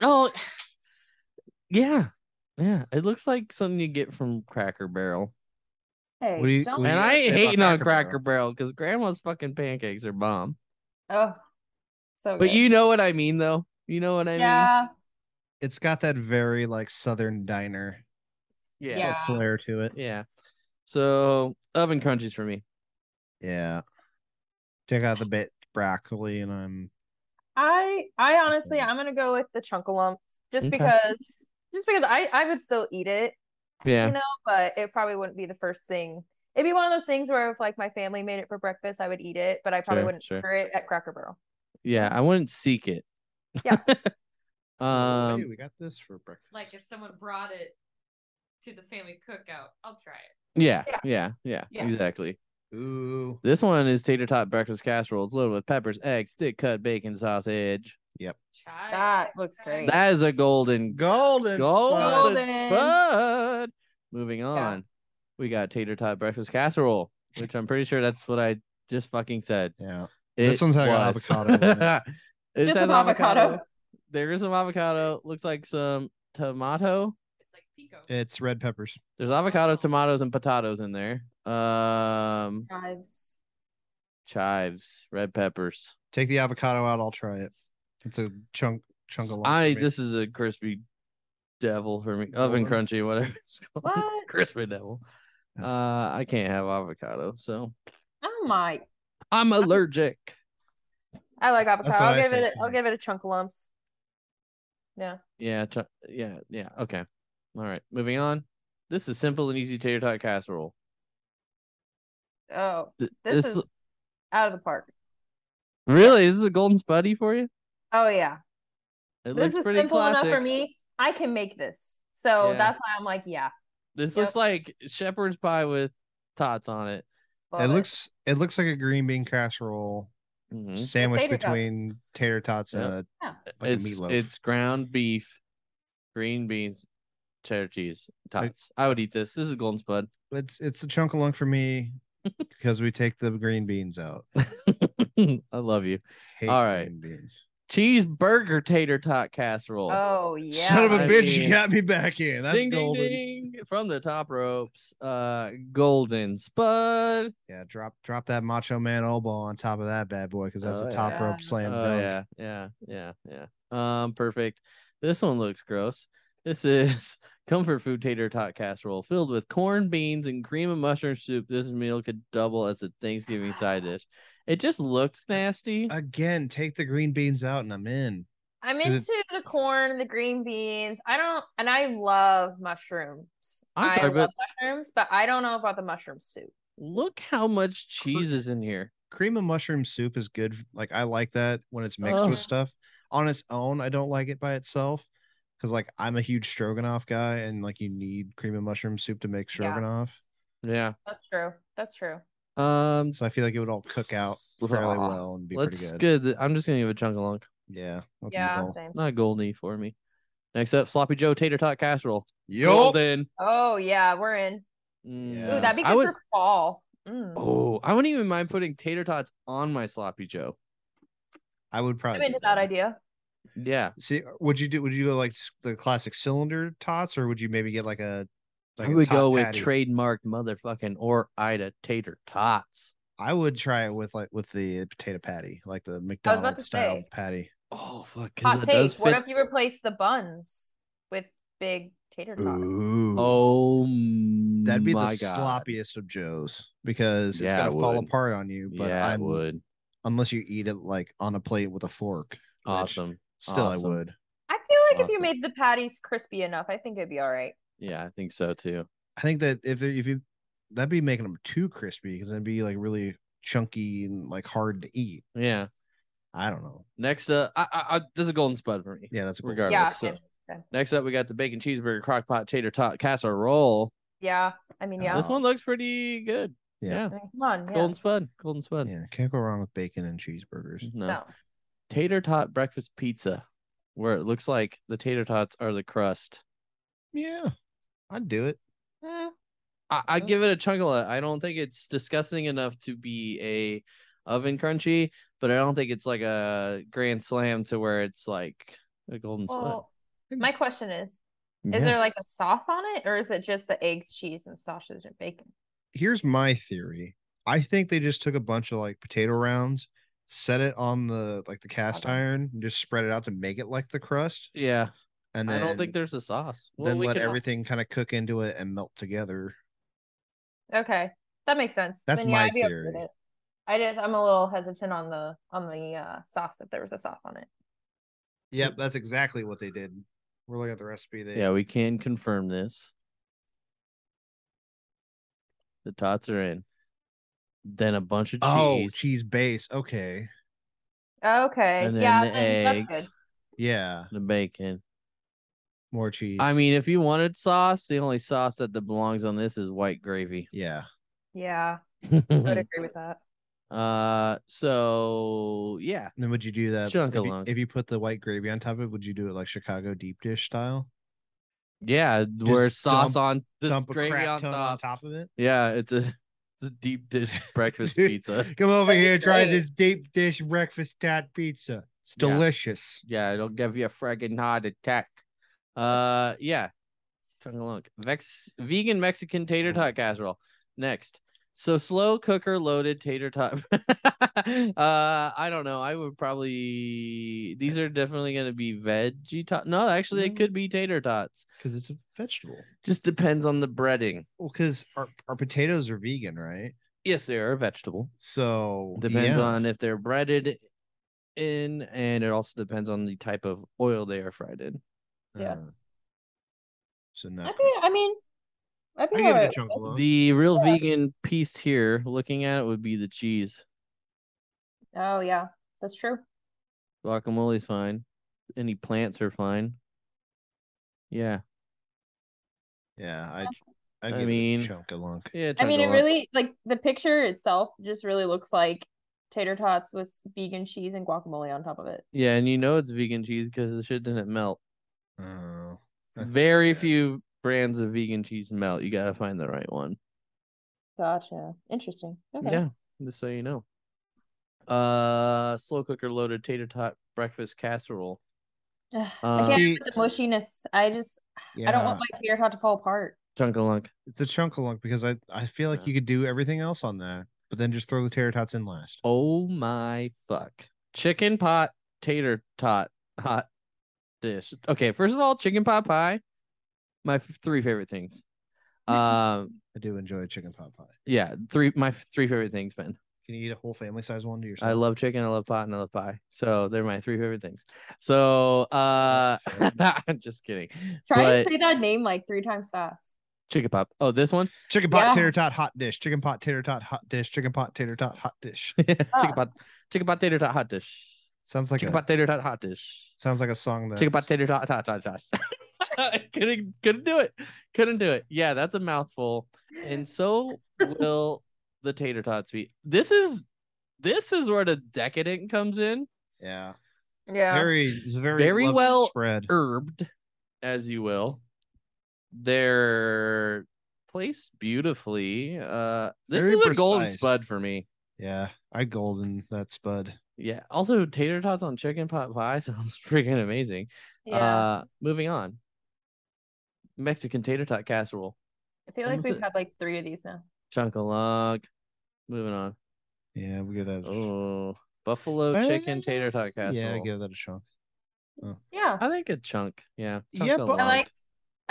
Speaker 1: Oh, yeah, yeah. It looks like something you get from Cracker Barrel,
Speaker 6: Hey,
Speaker 7: What do you-
Speaker 6: don't-
Speaker 7: what do
Speaker 1: and
Speaker 7: you
Speaker 1: I
Speaker 7: guys say
Speaker 1: ain't
Speaker 7: about
Speaker 1: hating on
Speaker 7: Cracker
Speaker 1: Cracker
Speaker 7: Barrel?
Speaker 1: Barrel because Grandma's fucking pancakes are bomb.
Speaker 6: oh, so
Speaker 1: But
Speaker 6: good.
Speaker 1: you know what I mean, though. You know what I mean?
Speaker 6: Oh, yeah,
Speaker 2: It's got that very like southern diner
Speaker 1: Yeah.
Speaker 6: Yeah.
Speaker 2: flair to it.
Speaker 1: Yeah. So oven crunchies for me.
Speaker 2: Yeah. Check out the bit broccoli and I'm
Speaker 6: I I honestly
Speaker 2: Okay.
Speaker 6: I'm gonna go with the chunk of lumps just
Speaker 1: Okay.
Speaker 6: because just because I I would still eat it
Speaker 1: Yeah.
Speaker 6: you know but it probably wouldn't be the first thing. It'd be one of those things where if like my family made it for breakfast, I would eat it, but I probably
Speaker 1: Sure,
Speaker 6: wouldn't
Speaker 1: sure.
Speaker 6: order it at Cracker Barrel.
Speaker 1: Yeah. I wouldn't seek it.
Speaker 6: Yeah.
Speaker 1: um
Speaker 2: hey, we got this for breakfast.
Speaker 8: Like if someone brought it to the family cookout, I'll try it.
Speaker 1: yeah,
Speaker 6: Yeah.
Speaker 1: yeah, yeah,
Speaker 6: Yeah.
Speaker 1: exactly.
Speaker 2: Ooh.
Speaker 1: This one is tater tot breakfast casserole. It's loaded with peppers, eggs, thick cut bacon sausage.
Speaker 8: Chai.
Speaker 6: That looks great.
Speaker 1: That is a golden
Speaker 2: Golden.
Speaker 1: golden
Speaker 6: Golden.
Speaker 1: spud. Moving on. We got tater tot breakfast casserole, which I'm pretty sure that's what I just fucking said.
Speaker 2: Yeah.
Speaker 1: It
Speaker 2: This one's got
Speaker 1: was.
Speaker 2: avocado in
Speaker 1: it
Speaker 6: Just
Speaker 1: says
Speaker 6: some avocado.
Speaker 1: avocado. There is some avocado. Looks like some tomato.
Speaker 8: It's like pico.
Speaker 2: It's red peppers.
Speaker 1: There's avocados, tomatoes, and potatoes in there. Um,
Speaker 6: Chives.
Speaker 1: chives, red peppers.
Speaker 2: Take the avocado out, I'll try it. It's a chunk chunk of lump
Speaker 1: I
Speaker 2: for me.
Speaker 1: this is a crispy devil for me. Oven crunchy, whatever it's called.
Speaker 6: What?
Speaker 1: crispy devil. Uh, I can't have avocado, so
Speaker 6: I might.
Speaker 1: I'm allergic.
Speaker 6: I like
Speaker 2: That's
Speaker 6: avocado.
Speaker 2: what
Speaker 6: I'll
Speaker 2: I
Speaker 6: give
Speaker 2: say
Speaker 6: it. A, I'll
Speaker 2: too.
Speaker 6: give it a chunk of lumps. Yeah.
Speaker 1: Yeah, ch- yeah, yeah. Okay, all right. Moving on. This is simple and easy tater tot casserole.
Speaker 6: Oh,
Speaker 1: Th-
Speaker 6: this, is out of the park.
Speaker 1: really this is a golden spuddy for you.
Speaker 6: Oh yeah,
Speaker 1: It
Speaker 6: this
Speaker 1: looks
Speaker 6: is
Speaker 1: pretty
Speaker 6: simple
Speaker 1: classic.
Speaker 6: enough for me. I can make this, so
Speaker 1: Yeah.
Speaker 6: that's why I'm like, yeah.
Speaker 1: This
Speaker 6: Yep.
Speaker 1: looks like shepherd's pie with tots on it.
Speaker 6: love
Speaker 2: it looks it looks like a green bean casserole
Speaker 1: Mhm.
Speaker 2: sandwiched
Speaker 6: tater tots.
Speaker 2: between tater tots and
Speaker 1: Yeah.
Speaker 2: a
Speaker 6: Yeah.
Speaker 2: like
Speaker 1: it's
Speaker 2: a meatloaf.
Speaker 1: it's ground beef, green beans, cheddar cheese, tots. I, would eat this. This is golden spud.
Speaker 2: it's it's a chunk of lung for me because we take the green beans out.
Speaker 1: I love you.
Speaker 2: Hate
Speaker 1: All right.
Speaker 2: green beans.
Speaker 1: Cheeseburger tater tot casserole.
Speaker 6: Oh yeah.
Speaker 2: Son of a
Speaker 1: I
Speaker 2: bitch,
Speaker 1: mean-
Speaker 2: you got me back in. That's
Speaker 1: ding
Speaker 2: golden.
Speaker 1: ding ding from the top ropes. Uh, golden spud.
Speaker 2: Yeah, drop drop that macho man elbow on top of that bad boy because that's
Speaker 1: Oh,
Speaker 2: a top
Speaker 6: yeah.
Speaker 2: rope slam
Speaker 1: Oh
Speaker 2: dunk.
Speaker 1: yeah, yeah, yeah, yeah. Um, perfect. This one looks gross. This is comfort food tater tot casserole filled with corn, beans, and cream and mushroom soup. This meal could double as a Thanksgiving side dish. It just looks nasty.
Speaker 2: Again, take the green beans out and I'm in.
Speaker 6: I'm
Speaker 2: Is it-
Speaker 6: into the corn, the green beans. I don't, and I love mushrooms.
Speaker 1: I'm
Speaker 6: I
Speaker 1: sorry,
Speaker 6: love mushrooms, but I don't know about the mushroom soup.
Speaker 1: Look how much cheese is in here.
Speaker 2: Cream and mushroom soup is good. Like I like that when it's mixed
Speaker 1: Ugh.
Speaker 2: with stuff. On its own, I don't like it by itself. Cause like I'm a huge stroganoff guy and like you need cream and mushroom soup to make
Speaker 6: Yeah.
Speaker 2: stroganoff.
Speaker 1: Yeah.
Speaker 6: That's true. That's true.
Speaker 1: Um.
Speaker 2: So I feel like it would all cook out fairly
Speaker 1: Ah,
Speaker 2: well and be
Speaker 1: Let's
Speaker 2: pretty good.
Speaker 1: good. I'm just gonna give it a chunk of lunk.
Speaker 2: Yeah. let's
Speaker 6: yeah,
Speaker 2: move on.
Speaker 6: same.
Speaker 1: Not Goldie for me. Next up, sloppy Joe tater tot casserole.
Speaker 2: Yup.
Speaker 1: Golden.
Speaker 6: Oh yeah, we're in.
Speaker 1: Mm,
Speaker 2: Ooh,
Speaker 6: Ooh,
Speaker 2: Yeah.
Speaker 6: that'd be
Speaker 1: I
Speaker 6: good
Speaker 1: would.
Speaker 6: for fall. Mm.
Speaker 1: Oh, I wouldn't even mind putting tater tots on my sloppy Joe.
Speaker 2: I would probably
Speaker 6: I'm
Speaker 2: do
Speaker 6: into that idea.
Speaker 1: Yeah,
Speaker 2: See, would you do? Would you go like s- the classic cylinder tots, or would you maybe get like a? Like
Speaker 1: I
Speaker 2: a
Speaker 1: would
Speaker 2: tot
Speaker 1: go with
Speaker 2: patty?
Speaker 1: trademark motherfucking or Ida tater tots.
Speaker 2: I would try it with like with the potato patty, like the
Speaker 6: I was about to
Speaker 2: McDonald's style
Speaker 6: say.
Speaker 2: patty.
Speaker 1: Oh fuck, because
Speaker 6: Hot
Speaker 1: it does
Speaker 6: take. What
Speaker 1: fit.
Speaker 6: if you replace the buns with big tater tots?
Speaker 2: Ooh,
Speaker 1: oh,
Speaker 2: that'd be the
Speaker 1: my God.
Speaker 2: sloppiest of Joe's because it's
Speaker 1: Yeah,
Speaker 2: gonna
Speaker 1: it
Speaker 2: fall
Speaker 1: would.
Speaker 2: apart on you. But
Speaker 1: yeah,
Speaker 2: I
Speaker 1: I would.
Speaker 2: unless you eat it like on a plate with a fork. which
Speaker 1: Awesome.
Speaker 2: Still,
Speaker 1: Awesome.
Speaker 2: I would.
Speaker 6: I feel like if you
Speaker 1: Awesome.
Speaker 6: made the patties crispy enough, I think it'd be all right.
Speaker 1: Yeah, I think so too.
Speaker 2: I think that if they- if you that'd be making them too crispy because it'd be like really chunky and like hard to eat.
Speaker 1: Yeah.
Speaker 2: I don't know.
Speaker 1: Next, uh, I, I, I, this is a golden spud for me.
Speaker 2: Yeah, that's a cool.
Speaker 1: Regardless,
Speaker 6: yeah,
Speaker 1: so-
Speaker 6: same.
Speaker 1: Next up, we got the bacon cheeseburger crock pot tater tot casserole.
Speaker 6: yeah. I mean, yeah.
Speaker 1: This one looks pretty good.
Speaker 2: Yeah.
Speaker 1: Yeah.
Speaker 6: I mean, come on, yeah.
Speaker 1: Golden spud. Golden spud.
Speaker 2: Yeah, can't go wrong with bacon and cheeseburgers.
Speaker 1: No.
Speaker 6: No.
Speaker 1: Tater tot breakfast pizza, where it looks like the tater tots are the crust.
Speaker 2: Yeah, I'd do it.
Speaker 6: Mm,
Speaker 1: I, I
Speaker 2: Oh.
Speaker 1: give it a chunkle. I don't think it's disgusting enough to be a oven crunchy, but I don't think it's like a grand slam to where it's like a golden split.
Speaker 6: Well, my question is, is
Speaker 1: Yeah.
Speaker 6: there like a sauce on it, or is it just the eggs, cheese, and sausage and bacon?
Speaker 2: here's my theory. I think they just took a bunch of like potato rounds, set it on the like the cast iron, and just spread it out to make it like the crust,
Speaker 1: yeah,
Speaker 2: and then
Speaker 1: I don't think there's a sauce. Well,
Speaker 2: then
Speaker 1: we
Speaker 2: let
Speaker 1: could-
Speaker 2: everything kind of cook into it and melt together.
Speaker 6: Okay, that makes sense.
Speaker 2: That's
Speaker 6: Then, yeah,
Speaker 2: my
Speaker 6: I'd be okay with
Speaker 2: theory.
Speaker 6: it. I just I'm a little hesitant on the on the uh, sauce if there was a sauce on it.
Speaker 2: Yep, that's exactly what they did. We're looking at the recipe. They
Speaker 1: Yeah, we can confirm this. The tots are in. Then a bunch of cheese.
Speaker 2: oh cheese base. Okay,
Speaker 6: Okay,
Speaker 1: And then
Speaker 6: yeah,
Speaker 1: the
Speaker 6: then
Speaker 1: eggs.
Speaker 6: that's good.
Speaker 2: yeah,
Speaker 1: The bacon.
Speaker 2: more cheese.
Speaker 1: I mean, if you wanted sauce, the only sauce that that belongs on this is white gravy.
Speaker 2: yeah,
Speaker 6: Yeah, I
Speaker 1: Hmm.
Speaker 6: would agree with that.
Speaker 1: uh, so yeah,
Speaker 2: And then would you do that?
Speaker 1: Chunk
Speaker 2: If you,
Speaker 1: along.
Speaker 2: if you put the white gravy on top of it, would you do it like Chicago deep dish style?
Speaker 1: yeah, where sauce
Speaker 2: dump-
Speaker 1: on this
Speaker 2: Dump a
Speaker 1: gravy
Speaker 2: crap
Speaker 1: on
Speaker 2: ton
Speaker 1: top.
Speaker 2: on top of it.
Speaker 1: Yeah, it's a it's a deep dish breakfast
Speaker 2: Dude.
Speaker 1: pizza.
Speaker 2: Come over
Speaker 6: That'd be
Speaker 2: here, try
Speaker 6: great.
Speaker 2: this deep dish breakfast tat pizza. It's
Speaker 1: Yeah.
Speaker 2: delicious.
Speaker 1: Yeah, it'll give you a friggin' heart attack. Uh, yeah. Trying to look. Vex vegan Mexican tater tot casserole. Next. So slow cooker loaded tater tot. uh, I don't know. I would probably these are definitely gonna be veggie tot. No, actually, it could be tater tots.
Speaker 2: Because it's a vegetable.
Speaker 1: Just depends on the breading.
Speaker 2: Well, because our, our potatoes are vegan, right?
Speaker 1: Yes, they are a vegetable.
Speaker 2: So
Speaker 1: Depends
Speaker 2: yeah.
Speaker 1: on if they're breaded in, and it also depends on the type of oil they are fried in.
Speaker 6: Yeah.
Speaker 2: Uh, so
Speaker 6: I
Speaker 2: no.
Speaker 6: think I mean, I'd
Speaker 2: I
Speaker 6: be
Speaker 2: give it
Speaker 6: alright
Speaker 2: a
Speaker 6: with
Speaker 2: chunk
Speaker 6: it.
Speaker 2: alone.
Speaker 1: The real
Speaker 6: Yeah.
Speaker 1: vegan piece here, looking at it, would be the cheese.
Speaker 6: Oh yeah, that's true.
Speaker 1: Guacamole's fine. Any plants are fine. Yeah.
Speaker 2: yeah, I I,
Speaker 1: I
Speaker 2: give it
Speaker 1: mean-
Speaker 2: a chunk along.
Speaker 1: Yeah.
Speaker 6: I mean, it
Speaker 1: chugga-lug.
Speaker 6: really like the picture itself just really looks like tater tots with vegan cheese and guacamole on top of it.
Speaker 1: Yeah, and you know it's vegan cheese because the shit didn't melt.
Speaker 2: Oh, that's
Speaker 1: Very
Speaker 2: sad.
Speaker 1: few brands of vegan cheese melt. You gotta find the right one.
Speaker 6: Gotcha. Interesting. Okay.
Speaker 1: Yeah, just so you know. Uh, slow cooker loaded tater tot breakfast casserole.
Speaker 6: Ugh,
Speaker 1: Uh,
Speaker 6: I can't
Speaker 2: See-
Speaker 6: with the mushiness. I just I don't want
Speaker 2: Yeah,
Speaker 6: my tater tot to fall apart.
Speaker 1: Chunk a lunk.
Speaker 2: it's a chunk along because I I feel like
Speaker 1: Yeah.
Speaker 2: you could do everything else on that, but then just throw the tater tots in last.
Speaker 1: Oh my fuck. Chicken pot tater tot hot dish. Okay, first of all, chicken pot pie. My f- three favorite things. Um
Speaker 2: I do enjoy chicken pot pie.
Speaker 1: yeah, three my f- three favorite things, man.
Speaker 2: Can you eat a whole family size one to yourself?
Speaker 1: I love chicken, I love pot, and I love pie. So they're my three favorite things. So uh I'm just kidding.
Speaker 6: Try
Speaker 1: but
Speaker 6: and say that name like three times fast.
Speaker 1: chicken pop. Oh, this one?
Speaker 2: chicken pot
Speaker 6: Yeah.
Speaker 2: tater tot hot dish. Chicken pot tater tot hot dish. Chicken pot tater tot hot dish.
Speaker 1: chicken
Speaker 6: Ah.
Speaker 1: pot chicken pot tater tot hot dish.
Speaker 2: Sounds like
Speaker 1: Chicken
Speaker 2: a,
Speaker 1: pot tater tot hot dish.
Speaker 2: sounds like a song that
Speaker 1: Chicken pot tater tot tot tot tot. couldn't couldn't do it. Couldn't do it. Yeah, that's a mouthful. And so will the tater tots be. This is this is where the decadent comes in.
Speaker 2: Yeah.
Speaker 6: Yeah.
Speaker 2: Very it's a very
Speaker 1: Very
Speaker 2: level
Speaker 1: well
Speaker 2: spread.
Speaker 1: Herbed, as you will. They're placed beautifully. Uh this
Speaker 2: Very
Speaker 1: is a golden
Speaker 2: precise.
Speaker 1: spud for me.
Speaker 2: Yeah. I golden that spud.
Speaker 1: Yeah. Also tater tots on chicken pot pie sounds freaking amazing.
Speaker 6: yeah.
Speaker 1: Uh moving on. Mexican tater tot casserole.
Speaker 6: I feel like
Speaker 1: almost
Speaker 6: we've
Speaker 1: it.
Speaker 6: had like three of these now.
Speaker 1: Chunk a log. Moving on.
Speaker 2: Yeah, we give that
Speaker 1: Oh, buffalo
Speaker 2: Uh,
Speaker 1: chicken tater tot casserole.
Speaker 2: Yeah, I give that a chunk.
Speaker 6: Yeah.
Speaker 1: I think a chunk. Yeah. Chunk
Speaker 2: Yeah,
Speaker 1: a
Speaker 2: but-
Speaker 6: I
Speaker 1: lot.
Speaker 6: like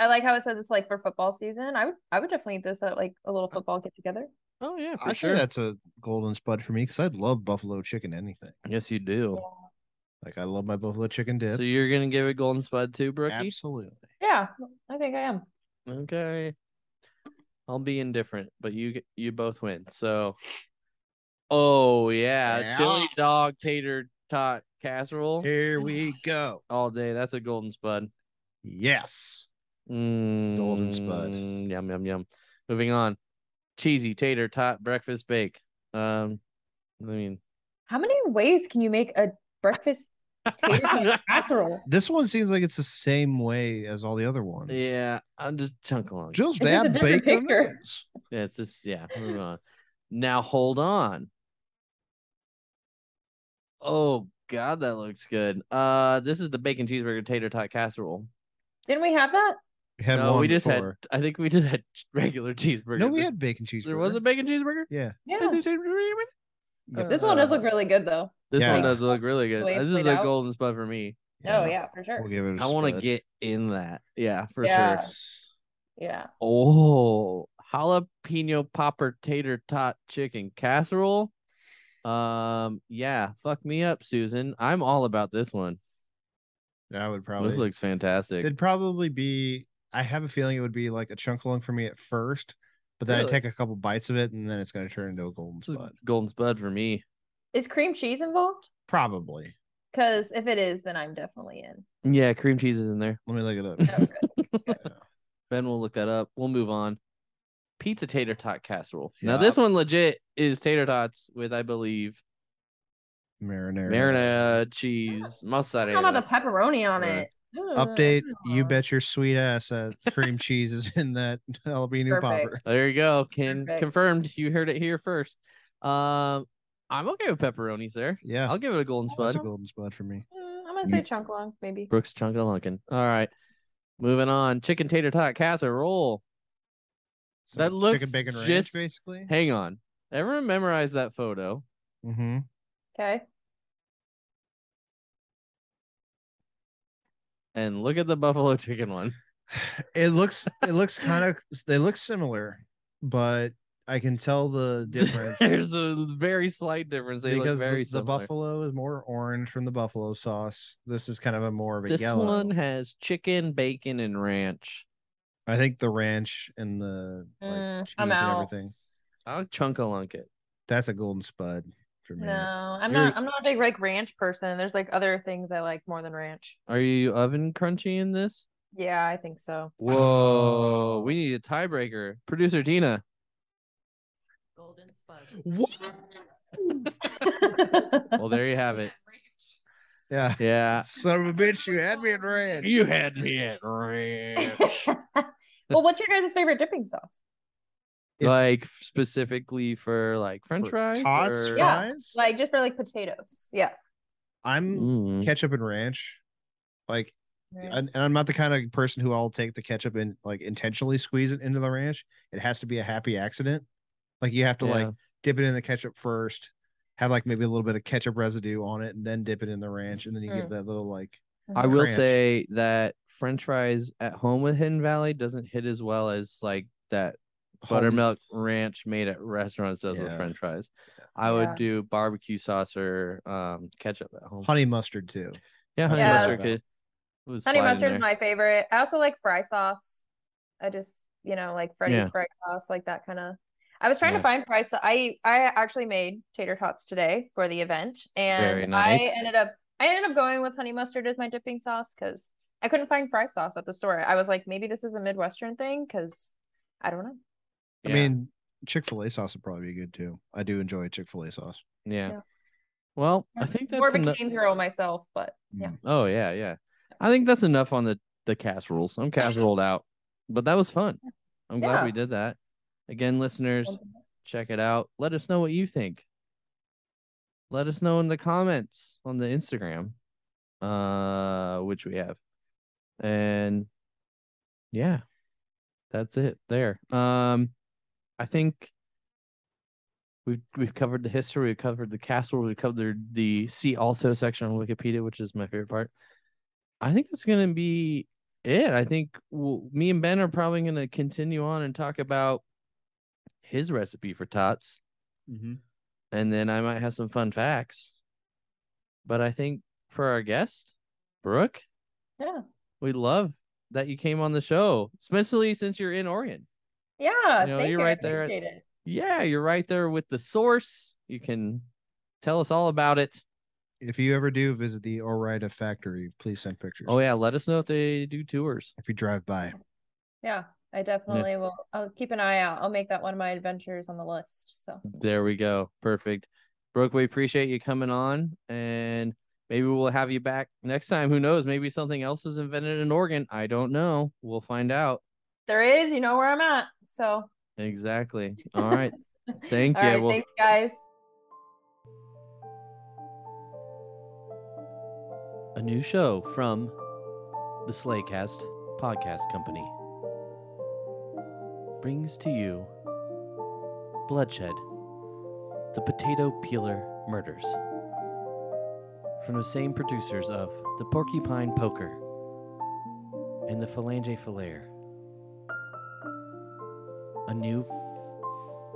Speaker 6: I like how it says it's like for football season. I would I would definitely eat this at like a little football get together.
Speaker 1: Oh yeah, for
Speaker 2: I
Speaker 1: sure.
Speaker 2: sure that's a golden spud for me because I'd love buffalo chicken anything.
Speaker 1: Yes, you do.
Speaker 2: Like I love my buffalo chicken dip.
Speaker 1: So you're gonna give it golden spud too, Brookie?
Speaker 2: Absolutely.
Speaker 6: Yeah, I think I am.
Speaker 1: Okay. I'll be indifferent, but you g- you both win. So, oh yeah, chili dog tater tot casserole
Speaker 2: Here we go.
Speaker 1: all day. That's a golden spud.
Speaker 2: Yes.
Speaker 1: Golden
Speaker 2: spud.
Speaker 1: Mm, Yum yum yum. Moving on, cheesy tater tot breakfast bake. Um, I mean,
Speaker 6: How many ways can you make a breakfast tater tot casserole?
Speaker 2: This one seems like it's the same way as all the other ones.
Speaker 1: Yeah, I'm just chunk along.
Speaker 2: Just
Speaker 6: It's just a
Speaker 2: add
Speaker 6: different
Speaker 2: bacon. and
Speaker 6: picture.
Speaker 2: eggs.
Speaker 1: Yeah, it's just yeah. Move on. Now hold on. Oh God, that looks good. Uh, this is the bacon cheeseburger tater tot casserole.
Speaker 6: Didn't we have that?
Speaker 2: We had
Speaker 1: no,
Speaker 2: one
Speaker 1: we just
Speaker 2: before.
Speaker 1: had. I think we just had regular cheeseburger.
Speaker 2: No, we had bacon cheeseburger.
Speaker 1: There was a bacon cheeseburger.
Speaker 2: Yeah.
Speaker 6: Yeah.
Speaker 1: Is there cheeseburger?
Speaker 6: This one does look really good though.
Speaker 1: This
Speaker 2: Yeah.
Speaker 1: one does look really good.
Speaker 6: Way it's
Speaker 1: This is
Speaker 6: laid
Speaker 1: a
Speaker 6: out.
Speaker 1: golden spot for me.
Speaker 6: Oh yeah, for sure.
Speaker 2: We'll give it. a
Speaker 1: I want to
Speaker 2: split.
Speaker 1: get in that. Yeah, for
Speaker 6: Yeah.
Speaker 1: sure.
Speaker 6: Yeah.
Speaker 1: Oh, jalapeno popper tater tot chicken casserole. Um, yeah, fuck me up, Susan. I'm all about this one.
Speaker 2: I would probably.
Speaker 1: This looks fantastic.
Speaker 2: It'd probably be. I have a feeling it would be like a chunk along for me at first, but then
Speaker 1: Really?
Speaker 2: I take a couple bites of it, and then it's going to turn into a golden
Speaker 1: This is
Speaker 2: spot.
Speaker 1: golden spud for me.
Speaker 6: Is cream cheese involved?
Speaker 2: Probably.
Speaker 6: Because if it is, then I'm definitely in.
Speaker 1: Yeah, cream cheese is in there.
Speaker 2: Let me look it up.
Speaker 6: Oh, good.
Speaker 1: Ben will look that up. We'll move on. Pizza tater tot casserole. Now
Speaker 2: Yeah.
Speaker 1: this one legit is tater tots with, I believe,
Speaker 2: Marinara.
Speaker 1: marinara, cheese, mozzarella.
Speaker 6: How about a pepperoni on
Speaker 1: Yeah.
Speaker 6: it? Ugh.
Speaker 2: Update.
Speaker 6: Uh,
Speaker 2: You bet your sweet ass that cream cheese is in that jalapeno
Speaker 6: Perfect.
Speaker 2: popper.
Speaker 1: Oh, There you go. Can
Speaker 6: Perfect.
Speaker 1: confirmed. You heard it here first. Um, I'm okay with pepperonis there.
Speaker 2: Yeah.
Speaker 1: I'll give it a golden
Speaker 2: That's
Speaker 1: spud.
Speaker 2: a golden spot for me.
Speaker 6: Mm, I'm gonna say chunk long, maybe.
Speaker 1: Brooks Chunka Lunkin. All right. Moving on. Chicken tater tot casserole.
Speaker 2: So
Speaker 1: That looks
Speaker 2: chicken bacon ranch,
Speaker 1: just-
Speaker 2: basically.
Speaker 1: Hang on. Everyone memorize that photo.
Speaker 2: Mm-hmm.
Speaker 6: Okay.
Speaker 1: And look at the buffalo chicken one.
Speaker 2: It looks. It looks kind of. They look similar, but I can tell the difference.
Speaker 1: There's a very slight difference. They
Speaker 2: because
Speaker 1: look very
Speaker 2: the, the
Speaker 1: similar.
Speaker 2: buffalo is more orange from the buffalo sauce. This is kind of a more of a
Speaker 1: This
Speaker 2: yellow.
Speaker 1: one has chicken, bacon, and ranch.
Speaker 2: I think the ranch and the like,
Speaker 6: Mm, I'm
Speaker 2: cheese and
Speaker 6: out.
Speaker 2: everything.
Speaker 1: I'll chunk a lunk it.
Speaker 2: That's a golden spud for me.
Speaker 6: No, I'm
Speaker 1: You're-
Speaker 6: not. I'm not a big like ranch person. There's like other things I like more than ranch.
Speaker 1: Are you oven crunchy in this?
Speaker 6: Yeah, I think so.
Speaker 1: Whoa. We need a tiebreaker. Producer Dina.
Speaker 8: Golden spud.
Speaker 1: Well, there you have it.
Speaker 8: Ranch.
Speaker 2: Yeah.
Speaker 1: Yeah.
Speaker 2: Son of a bitch, you had me at ranch.
Speaker 3: You had me at ranch.
Speaker 6: well, what's your guys' favorite dipping sauce?
Speaker 2: Yeah.
Speaker 1: Like specifically for like French
Speaker 2: For
Speaker 1: fries.
Speaker 2: Tots,
Speaker 1: or-
Speaker 6: Yeah.
Speaker 2: fries.
Speaker 6: Like just for like potatoes. Yeah.
Speaker 2: I'm
Speaker 1: Mm.
Speaker 2: ketchup and ranch. Like, and, and I'm not the kind of person who I'll take the ketchup and like intentionally squeeze it into the ranch. It has to be a happy accident. Like you have to like
Speaker 1: Yeah.
Speaker 2: dip it in the ketchup first, have like maybe a little bit of ketchup residue on it, and then dip it in the ranch, and then you
Speaker 1: Hmm.
Speaker 6: Mm.
Speaker 2: get that little like
Speaker 1: I will
Speaker 2: Ranch.
Speaker 1: say that French fries at home with Hidden Valley doesn't hit as well as like that
Speaker 2: home-
Speaker 1: buttermilk ranch made at restaurants does with
Speaker 2: Yeah.
Speaker 1: French fries. I would
Speaker 6: Yeah.
Speaker 1: do barbecue sauce or um, ketchup at home.
Speaker 2: honey mustard too.
Speaker 1: yeah, honey
Speaker 6: Yeah.
Speaker 1: mustard could. would slide
Speaker 6: Honey
Speaker 1: in
Speaker 6: mustard's
Speaker 1: there.
Speaker 6: my favorite. I also like fry sauce. I just, you know, like Freddy's
Speaker 1: Yeah.
Speaker 6: fry sauce, like that kind of. I was trying
Speaker 1: Yeah.
Speaker 6: to find fry sauce. I I actually made tater tots today for the event, and
Speaker 1: Very nice.
Speaker 6: I ended up I ended up going with honey mustard as my dipping sauce because I couldn't find fry sauce at the store. I was like, maybe this is a Midwestern thing because I don't know.
Speaker 2: I
Speaker 1: Yeah.
Speaker 2: mean, Chick Fil A sauce would probably be good too. I do enjoy Chick Fil A sauce.
Speaker 1: yeah.
Speaker 6: yeah.
Speaker 1: Well, I think that's
Speaker 6: more of a
Speaker 1: eno-
Speaker 6: Cane's girl myself, but yeah.
Speaker 1: Oh yeah, yeah. I think that's enough on the the casseroles. I'm casseroled out, but that was fun. I'm glad
Speaker 6: Yeah.
Speaker 1: we did that. Again, listeners, check it out. Let us know what you think. Let us know in the comments on the Instagram, uh, which we have, and yeah, that's it. There. Um, I think we've we've covered the history, we've covered the castle, we've covered the see also section on Wikipedia, which is my favorite part. I think that's gonna be it. I think we'll, me and Ben are probably gonna continue on and talk about his recipe for tots,
Speaker 4: Mm-hmm.
Speaker 1: and then I might have some fun facts. But I think for our guest, Brooke,
Speaker 6: Yeah.
Speaker 1: we love that you came on the show, especially since you're in Oregon.
Speaker 6: Yeah,
Speaker 1: You know,
Speaker 6: thank
Speaker 1: you're
Speaker 6: you.
Speaker 1: right
Speaker 6: I
Speaker 1: there at-
Speaker 6: appreciate it.
Speaker 1: Yeah, you're right there with the source. You can tell us all about it.
Speaker 2: If you ever do visit the Orida factory, please send pictures.
Speaker 1: Oh yeah, let us know if they do tours.
Speaker 2: If you drive by,
Speaker 6: Yeah, I definitely will. I'll keep an eye out. I'll make that one of my adventures on the list. So
Speaker 1: There we go. Perfect. Brooke, we appreciate you coming on and maybe we'll have you back next time. Who knows? Maybe something else is invented in Oregon. I don't know. We'll find out.
Speaker 6: there is, you know where I'm at. So
Speaker 1: Exactly. All right. Thank
Speaker 6: All
Speaker 1: you.
Speaker 6: right,
Speaker 1: Well-
Speaker 6: thanks, guys.
Speaker 1: a new show from the Slaycast Podcast Company brings to you Bloodshed, the Potato Peeler Murders, from the same producers of The Porcupine Poker and The Phalange Filaire. A new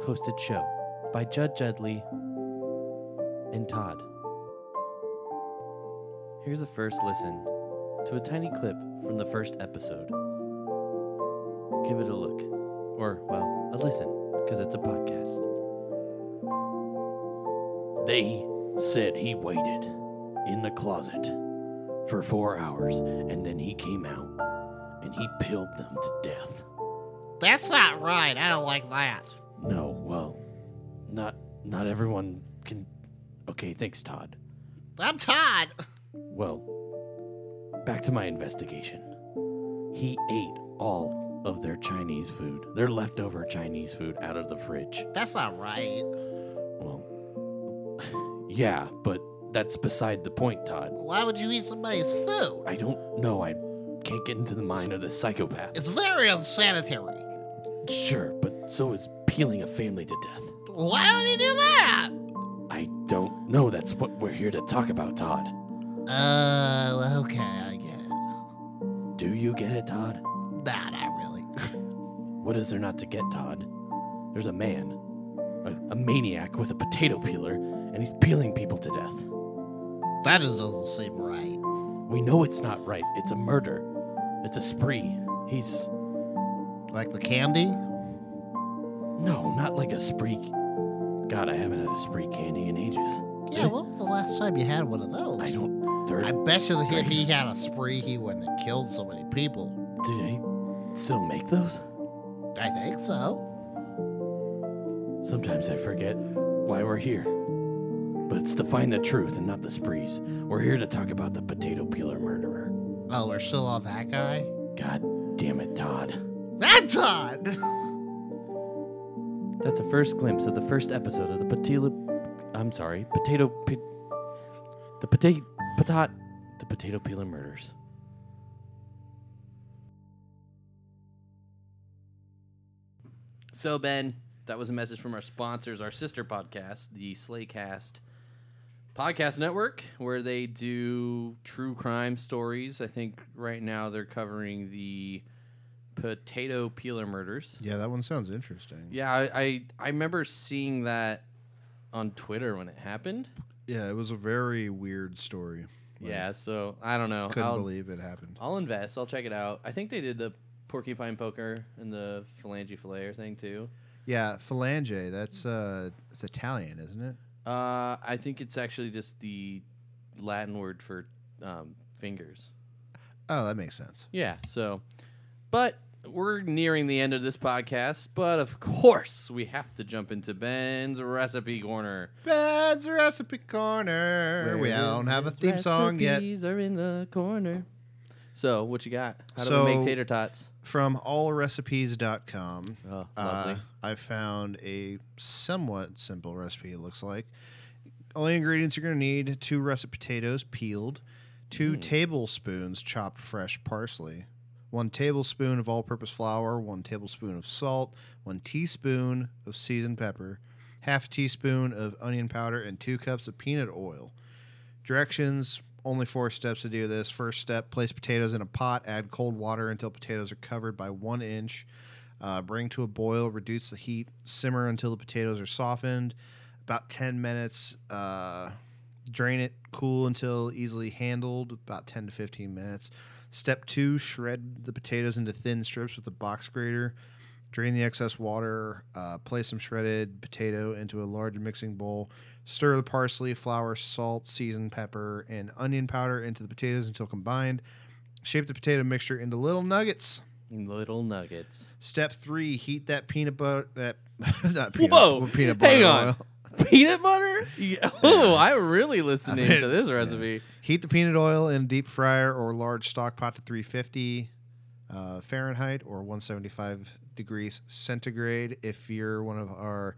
Speaker 1: hosted show by Judd Judley and Todd. Here's a first listen to a tiny clip from the first episode. Give it a look, or, well, a listen, because it's a podcast. They said he waited in the closet for four hours and then he came out and he pilled them to death.
Speaker 4: That's not right. I don't like that.
Speaker 1: No, well, not not everyone can. Okay, thanks, Todd.
Speaker 4: I'm Todd.
Speaker 1: Well, back to my investigation. He ate all of their Chinese food, their leftover Chinese food out of the fridge.
Speaker 4: That's not right.
Speaker 1: Well, yeah, but that's beside the point, Todd.
Speaker 4: Why would you eat somebody's food?
Speaker 1: I don't know. I can't get into the mind of this psychopath.
Speaker 4: It's very unsanitary.
Speaker 1: Sure, but so is peeling a family to death.
Speaker 4: Why would he do that?
Speaker 1: I don't know. That's what we're here to talk about, Todd.
Speaker 4: Oh, okay, I get it.
Speaker 1: Do you get it, Todd?
Speaker 4: Nah, not really.
Speaker 1: What is there not to get, Todd? There's a man, a, a maniac with a potato peeler, and he's peeling people to death.
Speaker 4: That just doesn't seem right.
Speaker 1: We know it's not right. It's a murder. It's a spree. He's
Speaker 4: Like the candy?
Speaker 1: no, not like a spree. God, I haven't had a spree candy in ages.
Speaker 4: Yeah, when was the last time you had one of those?
Speaker 1: I don't. Third,
Speaker 4: I bet you that if he had a spree, he wouldn't have killed so many people.
Speaker 1: do they still make those?
Speaker 4: I think so.
Speaker 1: Sometimes I forget why we're here. But it's to find the truth and not the sprees. We're here to talk about the potato peeler murderer.
Speaker 4: Oh, we're still on that guy?
Speaker 1: God damn it, Todd.
Speaker 4: That Todd!
Speaker 1: That's a first glimpse of the first episode of the potato. I'm sorry, potato. Pe- the potato. Potat. The potato peeler murders. So Ben, that was a message from our sponsors, our sister podcast, the Slaycast podcast network, where they do true crime stories. I think right now they're covering the potato peeler murders.
Speaker 2: Yeah, that one sounds interesting.
Speaker 1: Yeah, I, I I remember seeing that on Twitter when it happened.
Speaker 2: Yeah, it was a very weird story. Like,
Speaker 1: Yeah, so I don't know.
Speaker 2: Couldn't
Speaker 1: I'll,
Speaker 2: believe it happened.
Speaker 1: I'll invest. I'll check it out. I think they did the porcupine poker and the phalange filayer thing too.
Speaker 2: Yeah, phalange. That's uh, it's Italian, isn't it?
Speaker 1: Uh, I think it's actually just the Latin word for um, fingers.
Speaker 2: Oh, that makes sense.
Speaker 1: Yeah, so but we're nearing the end of this podcast, but of course we have to jump into Ben's recipe corner.
Speaker 2: Bed's recipe corner. we don't have a theme song yet.
Speaker 1: Recipes are in the corner. So, what you got? How do
Speaker 2: So-
Speaker 1: we make tater tots?
Speaker 2: From allrecipes.com.
Speaker 1: Oh,
Speaker 2: Uh,
Speaker 1: lovely.
Speaker 2: I found a somewhat simple recipe, it looks like. Only ingredients you're going to need two russet potatoes peeled, two tablespoons chopped fresh parsley, one tablespoon of all purpose flour, one tablespoon of salt, one teaspoon of seasoned pepper, half teaspoon of onion powder, and two cups of peanut oil. Directions only four steps to do this. First step place potatoes in a pot, add cold water until potatoes are covered by one inch. Uh, bring to a boil, reduce the heat, simmer until the potatoes are softened. About 10 minutes, uh, drain it, cool until easily handled, about 10 to 15 minutes. Step two, shred the potatoes into thin strips with a box grater. Drain the excess water, uh, place some shredded potato into a large mixing bowl. Stir the parsley, flour, salt, seasoned pepper, and onion powder into the potatoes until combined. Shape the potato mixture into little nuggets.
Speaker 1: Little nuggets.
Speaker 2: Step three: heat that peanut butter. That not peanut,
Speaker 1: Whoa,
Speaker 2: peanut butter.
Speaker 1: hang on.
Speaker 2: Oil.
Speaker 1: Peanut butter? Yeah. Oh, I'm really listening
Speaker 2: mean,
Speaker 1: to this recipe.
Speaker 2: Heat the peanut oil in a deep fryer or large stock pot to 350 uh, Fahrenheit or 175 degrees centigrade. If you're one of our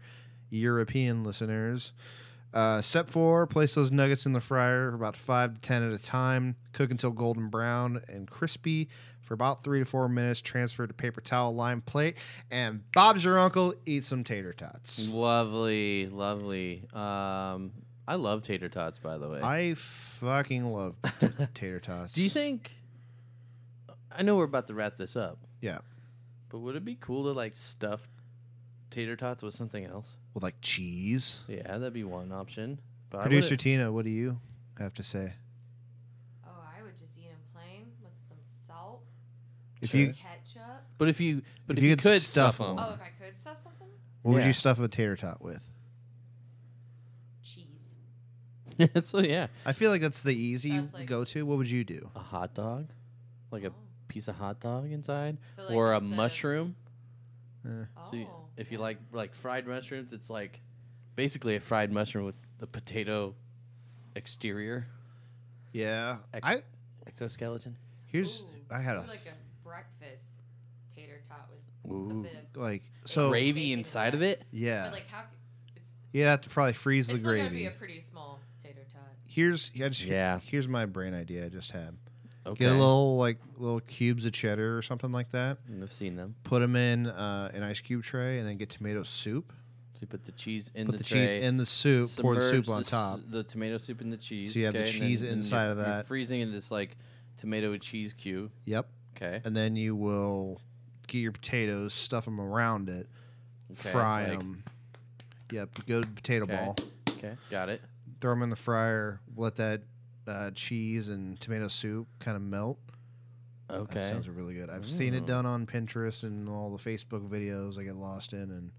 Speaker 2: European listeners, Uh, step four, place those nuggets in the fryer for about five to 10 at a time. Cook until golden brown and crispy for about three to four minutes. Transfer to paper towel lined plate. And Bob's your uncle. Eat some tater tots.
Speaker 1: Lovely, lovely. Um, I love tater tots, by the way.
Speaker 2: I fucking love t- tater tots.
Speaker 1: Do you think? I know we're about to wrap this up.
Speaker 2: Yeah.
Speaker 1: But would it be cool to like stuff tater tots with something else?
Speaker 2: With like cheese?
Speaker 1: Yeah, that'd be one option. But I
Speaker 2: Producer
Speaker 1: wouldn't-
Speaker 2: Tina, what do you have to say?
Speaker 8: Oh, I would just eat them plain with some salt,
Speaker 2: If
Speaker 1: Sure.
Speaker 2: you,
Speaker 8: ketchup.
Speaker 1: But if you, but
Speaker 2: If
Speaker 1: if,
Speaker 2: you
Speaker 1: you,
Speaker 2: could
Speaker 1: could
Speaker 2: stuff
Speaker 1: stuff
Speaker 2: 'em.
Speaker 1: them,
Speaker 8: Oh, if I could stuff something,
Speaker 2: what would
Speaker 1: Yeah.
Speaker 2: you stuff a tater tot with?
Speaker 8: cheese.
Speaker 1: so yeah,
Speaker 2: I feel like that's the easy
Speaker 8: That's like-
Speaker 2: go-to. What would you do?
Speaker 1: a hot dog, like a piece of hot dog inside,
Speaker 8: Oh. So, like,
Speaker 1: or a
Speaker 8: instead of-
Speaker 1: mushroom.
Speaker 8: Oh,
Speaker 1: So you, if you
Speaker 8: yeah.
Speaker 1: like like fried mushrooms, it's like basically a fried mushroom with the potato exterior
Speaker 2: Yeah,
Speaker 1: Ex-
Speaker 2: I
Speaker 1: exoskeleton.
Speaker 2: here's
Speaker 8: Ooh,
Speaker 2: I had
Speaker 8: do
Speaker 2: a
Speaker 8: like a breakfast tater tot with a
Speaker 1: Ooh.
Speaker 8: bit of.
Speaker 2: like so
Speaker 8: Great.
Speaker 1: Gravy inside of it.
Speaker 2: yeah
Speaker 8: But like how? c- It's,
Speaker 2: you have to probably freeze the
Speaker 8: it's still gonna be
Speaker 2: gravy.
Speaker 8: a pretty small tater tot.
Speaker 2: here's I just-
Speaker 1: Yeah.
Speaker 2: here's my brain idea I just had.
Speaker 1: Okay.
Speaker 2: Get a little like little cubes of cheddar or something like that.
Speaker 1: I've seen them.
Speaker 2: Put them in uh, an ice cube tray and then get tomato soup.
Speaker 1: So you put the cheese in
Speaker 2: put
Speaker 1: the,
Speaker 2: the,
Speaker 1: tray,
Speaker 2: cheese in the soup. pour the
Speaker 1: submerge
Speaker 2: soup on
Speaker 1: s-
Speaker 2: top.
Speaker 1: The tomato soup and the cheese.
Speaker 2: So you have the
Speaker 1: okay, and
Speaker 2: cheese
Speaker 1: then- and
Speaker 2: inside
Speaker 1: you're-
Speaker 2: of
Speaker 1: you're
Speaker 2: that.
Speaker 1: freezing in this like tomato and cheese cube.
Speaker 2: Yep.
Speaker 1: Okay.
Speaker 2: And then you will get your potatoes, stuff them around it,
Speaker 1: okay.
Speaker 2: fry
Speaker 1: like-
Speaker 2: them. Yep. Good potato
Speaker 1: Okay.
Speaker 2: ball.
Speaker 1: Okay. Got it.
Speaker 2: throw them in the fryer, let that uh, cheese and tomato soup kind of melt. That
Speaker 1: Okay.
Speaker 2: sounds really good. I've seen it
Speaker 1: Mm.
Speaker 2: done on Pinterest and all the Facebook videos I get lost in, and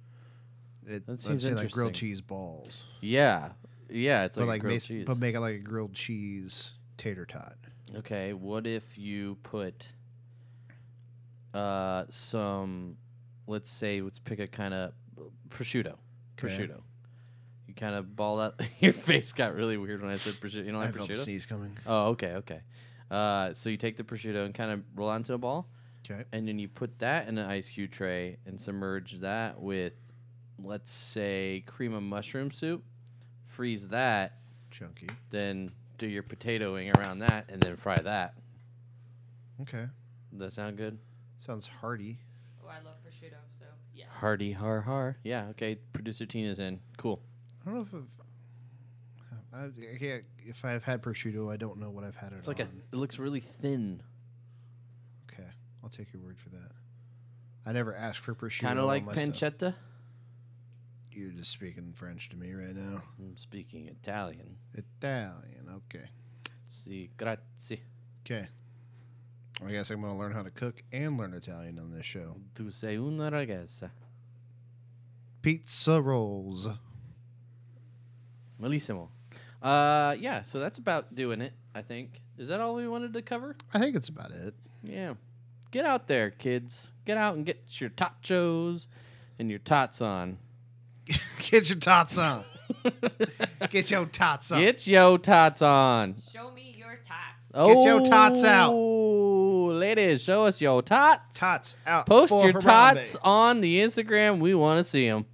Speaker 2: it,
Speaker 1: That
Speaker 2: I've
Speaker 1: seems
Speaker 2: seen like grilled
Speaker 1: interesting.
Speaker 2: cheese balls,
Speaker 1: yeah. Yeah. It's
Speaker 2: but
Speaker 1: like,
Speaker 2: like
Speaker 1: grilled
Speaker 2: mas-
Speaker 1: cheese.
Speaker 2: but make it like a grilled cheese tater tot.
Speaker 1: Okay, what if you put uh some let's say let's pick a kind of prosciutto.
Speaker 2: Okay.
Speaker 1: Prosciutto. You kind of ball up. Your face got really weird when I said prosciutto. You don't
Speaker 2: I
Speaker 1: like
Speaker 2: have the
Speaker 1: prosciutto?
Speaker 2: sneeze coming.
Speaker 1: Oh, okay, okay. Uh, so you take the prosciutto and kind of roll onto a ball,
Speaker 2: Okay,
Speaker 1: and then you put that in an ice cube tray and submerge that with, let's say, cream of mushroom soup. Freeze that,
Speaker 2: chunky.
Speaker 1: then do your potatoing around that, and then fry that.
Speaker 2: Okay,
Speaker 1: Does that sound good?
Speaker 2: sounds hearty.
Speaker 8: Oh, I love prosciutto, so yes.
Speaker 1: Hardy har har. Yeah, okay. Producer Tina's in. Cool.
Speaker 2: I don't know if I've, I, I can't, if I've had prosciutto. I don't know what I've had it
Speaker 1: It's like a,
Speaker 2: on.
Speaker 1: it looks really thin.
Speaker 2: Okay, I'll take your word for that. I never asked for prosciutto.
Speaker 1: Kind of
Speaker 2: on
Speaker 1: like
Speaker 2: my stuff.
Speaker 1: pancetta.
Speaker 2: You're just speaking French to me right now.
Speaker 1: I'm speaking Italian.
Speaker 2: Italian, okay,
Speaker 1: Si grazie.
Speaker 2: okay. I guess I'm gonna learn how to cook and learn Italian on this show.
Speaker 1: Tu sei una ragazza.
Speaker 2: Pizza rolls.
Speaker 1: Malissimo. Uh, yeah, so that's about doing it, I think. Is that all we wanted to cover?
Speaker 2: I think it's about it.
Speaker 1: Yeah. Get out there, kids. Get out and get your tachos and your tots on.
Speaker 2: Get your tots on. Get your tots on.
Speaker 1: Get yo tots on.
Speaker 8: Show me your tots.
Speaker 1: Oh,
Speaker 2: yo tots out.
Speaker 1: Ladies, show us yo tots.
Speaker 2: tots out.
Speaker 1: Post
Speaker 2: for
Speaker 1: your
Speaker 2: Harambe.
Speaker 1: tots on the Instagram. We want to see them.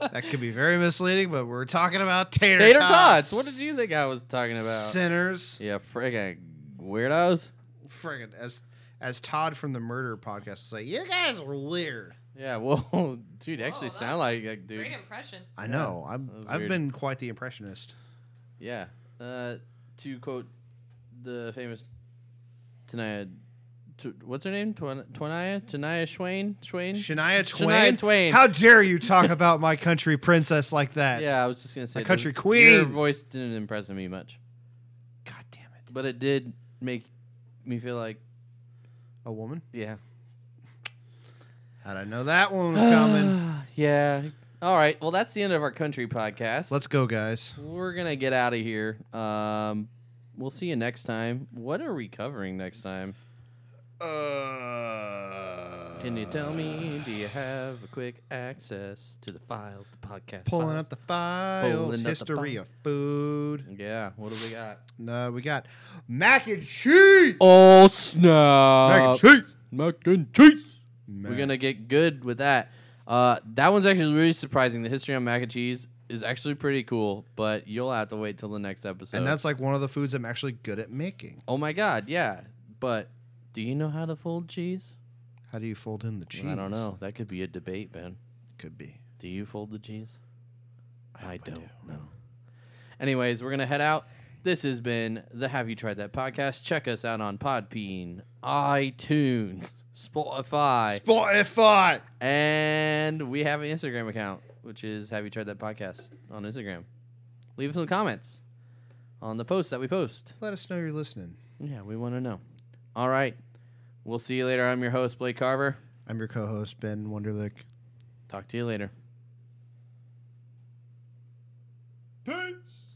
Speaker 2: That could be very misleading, but we're talking about tater,
Speaker 1: Tater
Speaker 2: tots.
Speaker 1: tots. What did you think I was talking about?
Speaker 2: Sinners.
Speaker 1: Yeah, friggin' weirdos.
Speaker 2: Friggin' as as Todd from the Murder Podcast is like, you guys are weird.
Speaker 1: Yeah, well, dude, you
Speaker 8: Whoa,
Speaker 1: actually
Speaker 8: that's
Speaker 1: sound like a dude.
Speaker 8: Great impression.
Speaker 2: I know. I'm.
Speaker 1: that was
Speaker 2: I've
Speaker 1: weird.
Speaker 2: been quite the impressionist.
Speaker 1: Yeah. Uh, to quote the famous Tanaya, t- what's her name? Twan- Twanaya? Tanaya Swain? Swain?
Speaker 2: Shania Twain.
Speaker 1: Shania Twain.
Speaker 2: How dare you talk about my country princess like that?
Speaker 1: yeah, I was just gonna say
Speaker 2: A country
Speaker 1: the- Your
Speaker 2: queen.
Speaker 1: voice didn't impress me much,
Speaker 2: God damn it.
Speaker 1: but it did make me feel like
Speaker 2: A woman?
Speaker 1: yeah,
Speaker 2: How'd I know that one was coming?
Speaker 1: yeah. All right, well that's the end of our country podcast.
Speaker 2: Let's go, guys.
Speaker 1: we're gonna get out of here. Um, we'll see you next time. What are we covering next time?
Speaker 2: Uh,
Speaker 1: Can you tell me? Do you have a quick access to the files, the podcast?
Speaker 2: Pulling
Speaker 1: files?
Speaker 2: up the files,
Speaker 1: Pulling up the
Speaker 2: history
Speaker 1: file.
Speaker 2: of food.
Speaker 1: Yeah, what do we got?
Speaker 2: No, we got mac and cheese.
Speaker 1: Oh uh, snap!
Speaker 2: mac and cheese.
Speaker 1: Mac and cheese.
Speaker 2: Mac-
Speaker 1: We're gonna get good with that. Uh, that one's actually really surprising. The history on mac and cheese is actually pretty cool, but you'll have to wait till the next episode.
Speaker 2: And that's like one of the foods I'm actually good at making.
Speaker 1: oh my god, yeah. But do you know how to fold cheese?
Speaker 2: How do you fold in the cheese?
Speaker 1: I don't know. That could be a debate, man.
Speaker 2: Could be.
Speaker 1: Do you fold the cheese? I,
Speaker 2: hope
Speaker 1: don't know. Anyways, we're gonna head out. This has been the Have You Tried That podcast. Check us out on Podbean, iTunes, Spotify,
Speaker 2: Spotify.
Speaker 1: and we have an Instagram account, which is Have You Tried That podcast on Instagram. Leave us some comments on the post that we post.
Speaker 2: Let us know you're listening.
Speaker 1: Yeah, we want to know. All right, we'll see you later. I'm your host Blake Carver.
Speaker 2: I'm your co-host Ben Wonderlick.
Speaker 1: Talk to you later.
Speaker 2: Peace.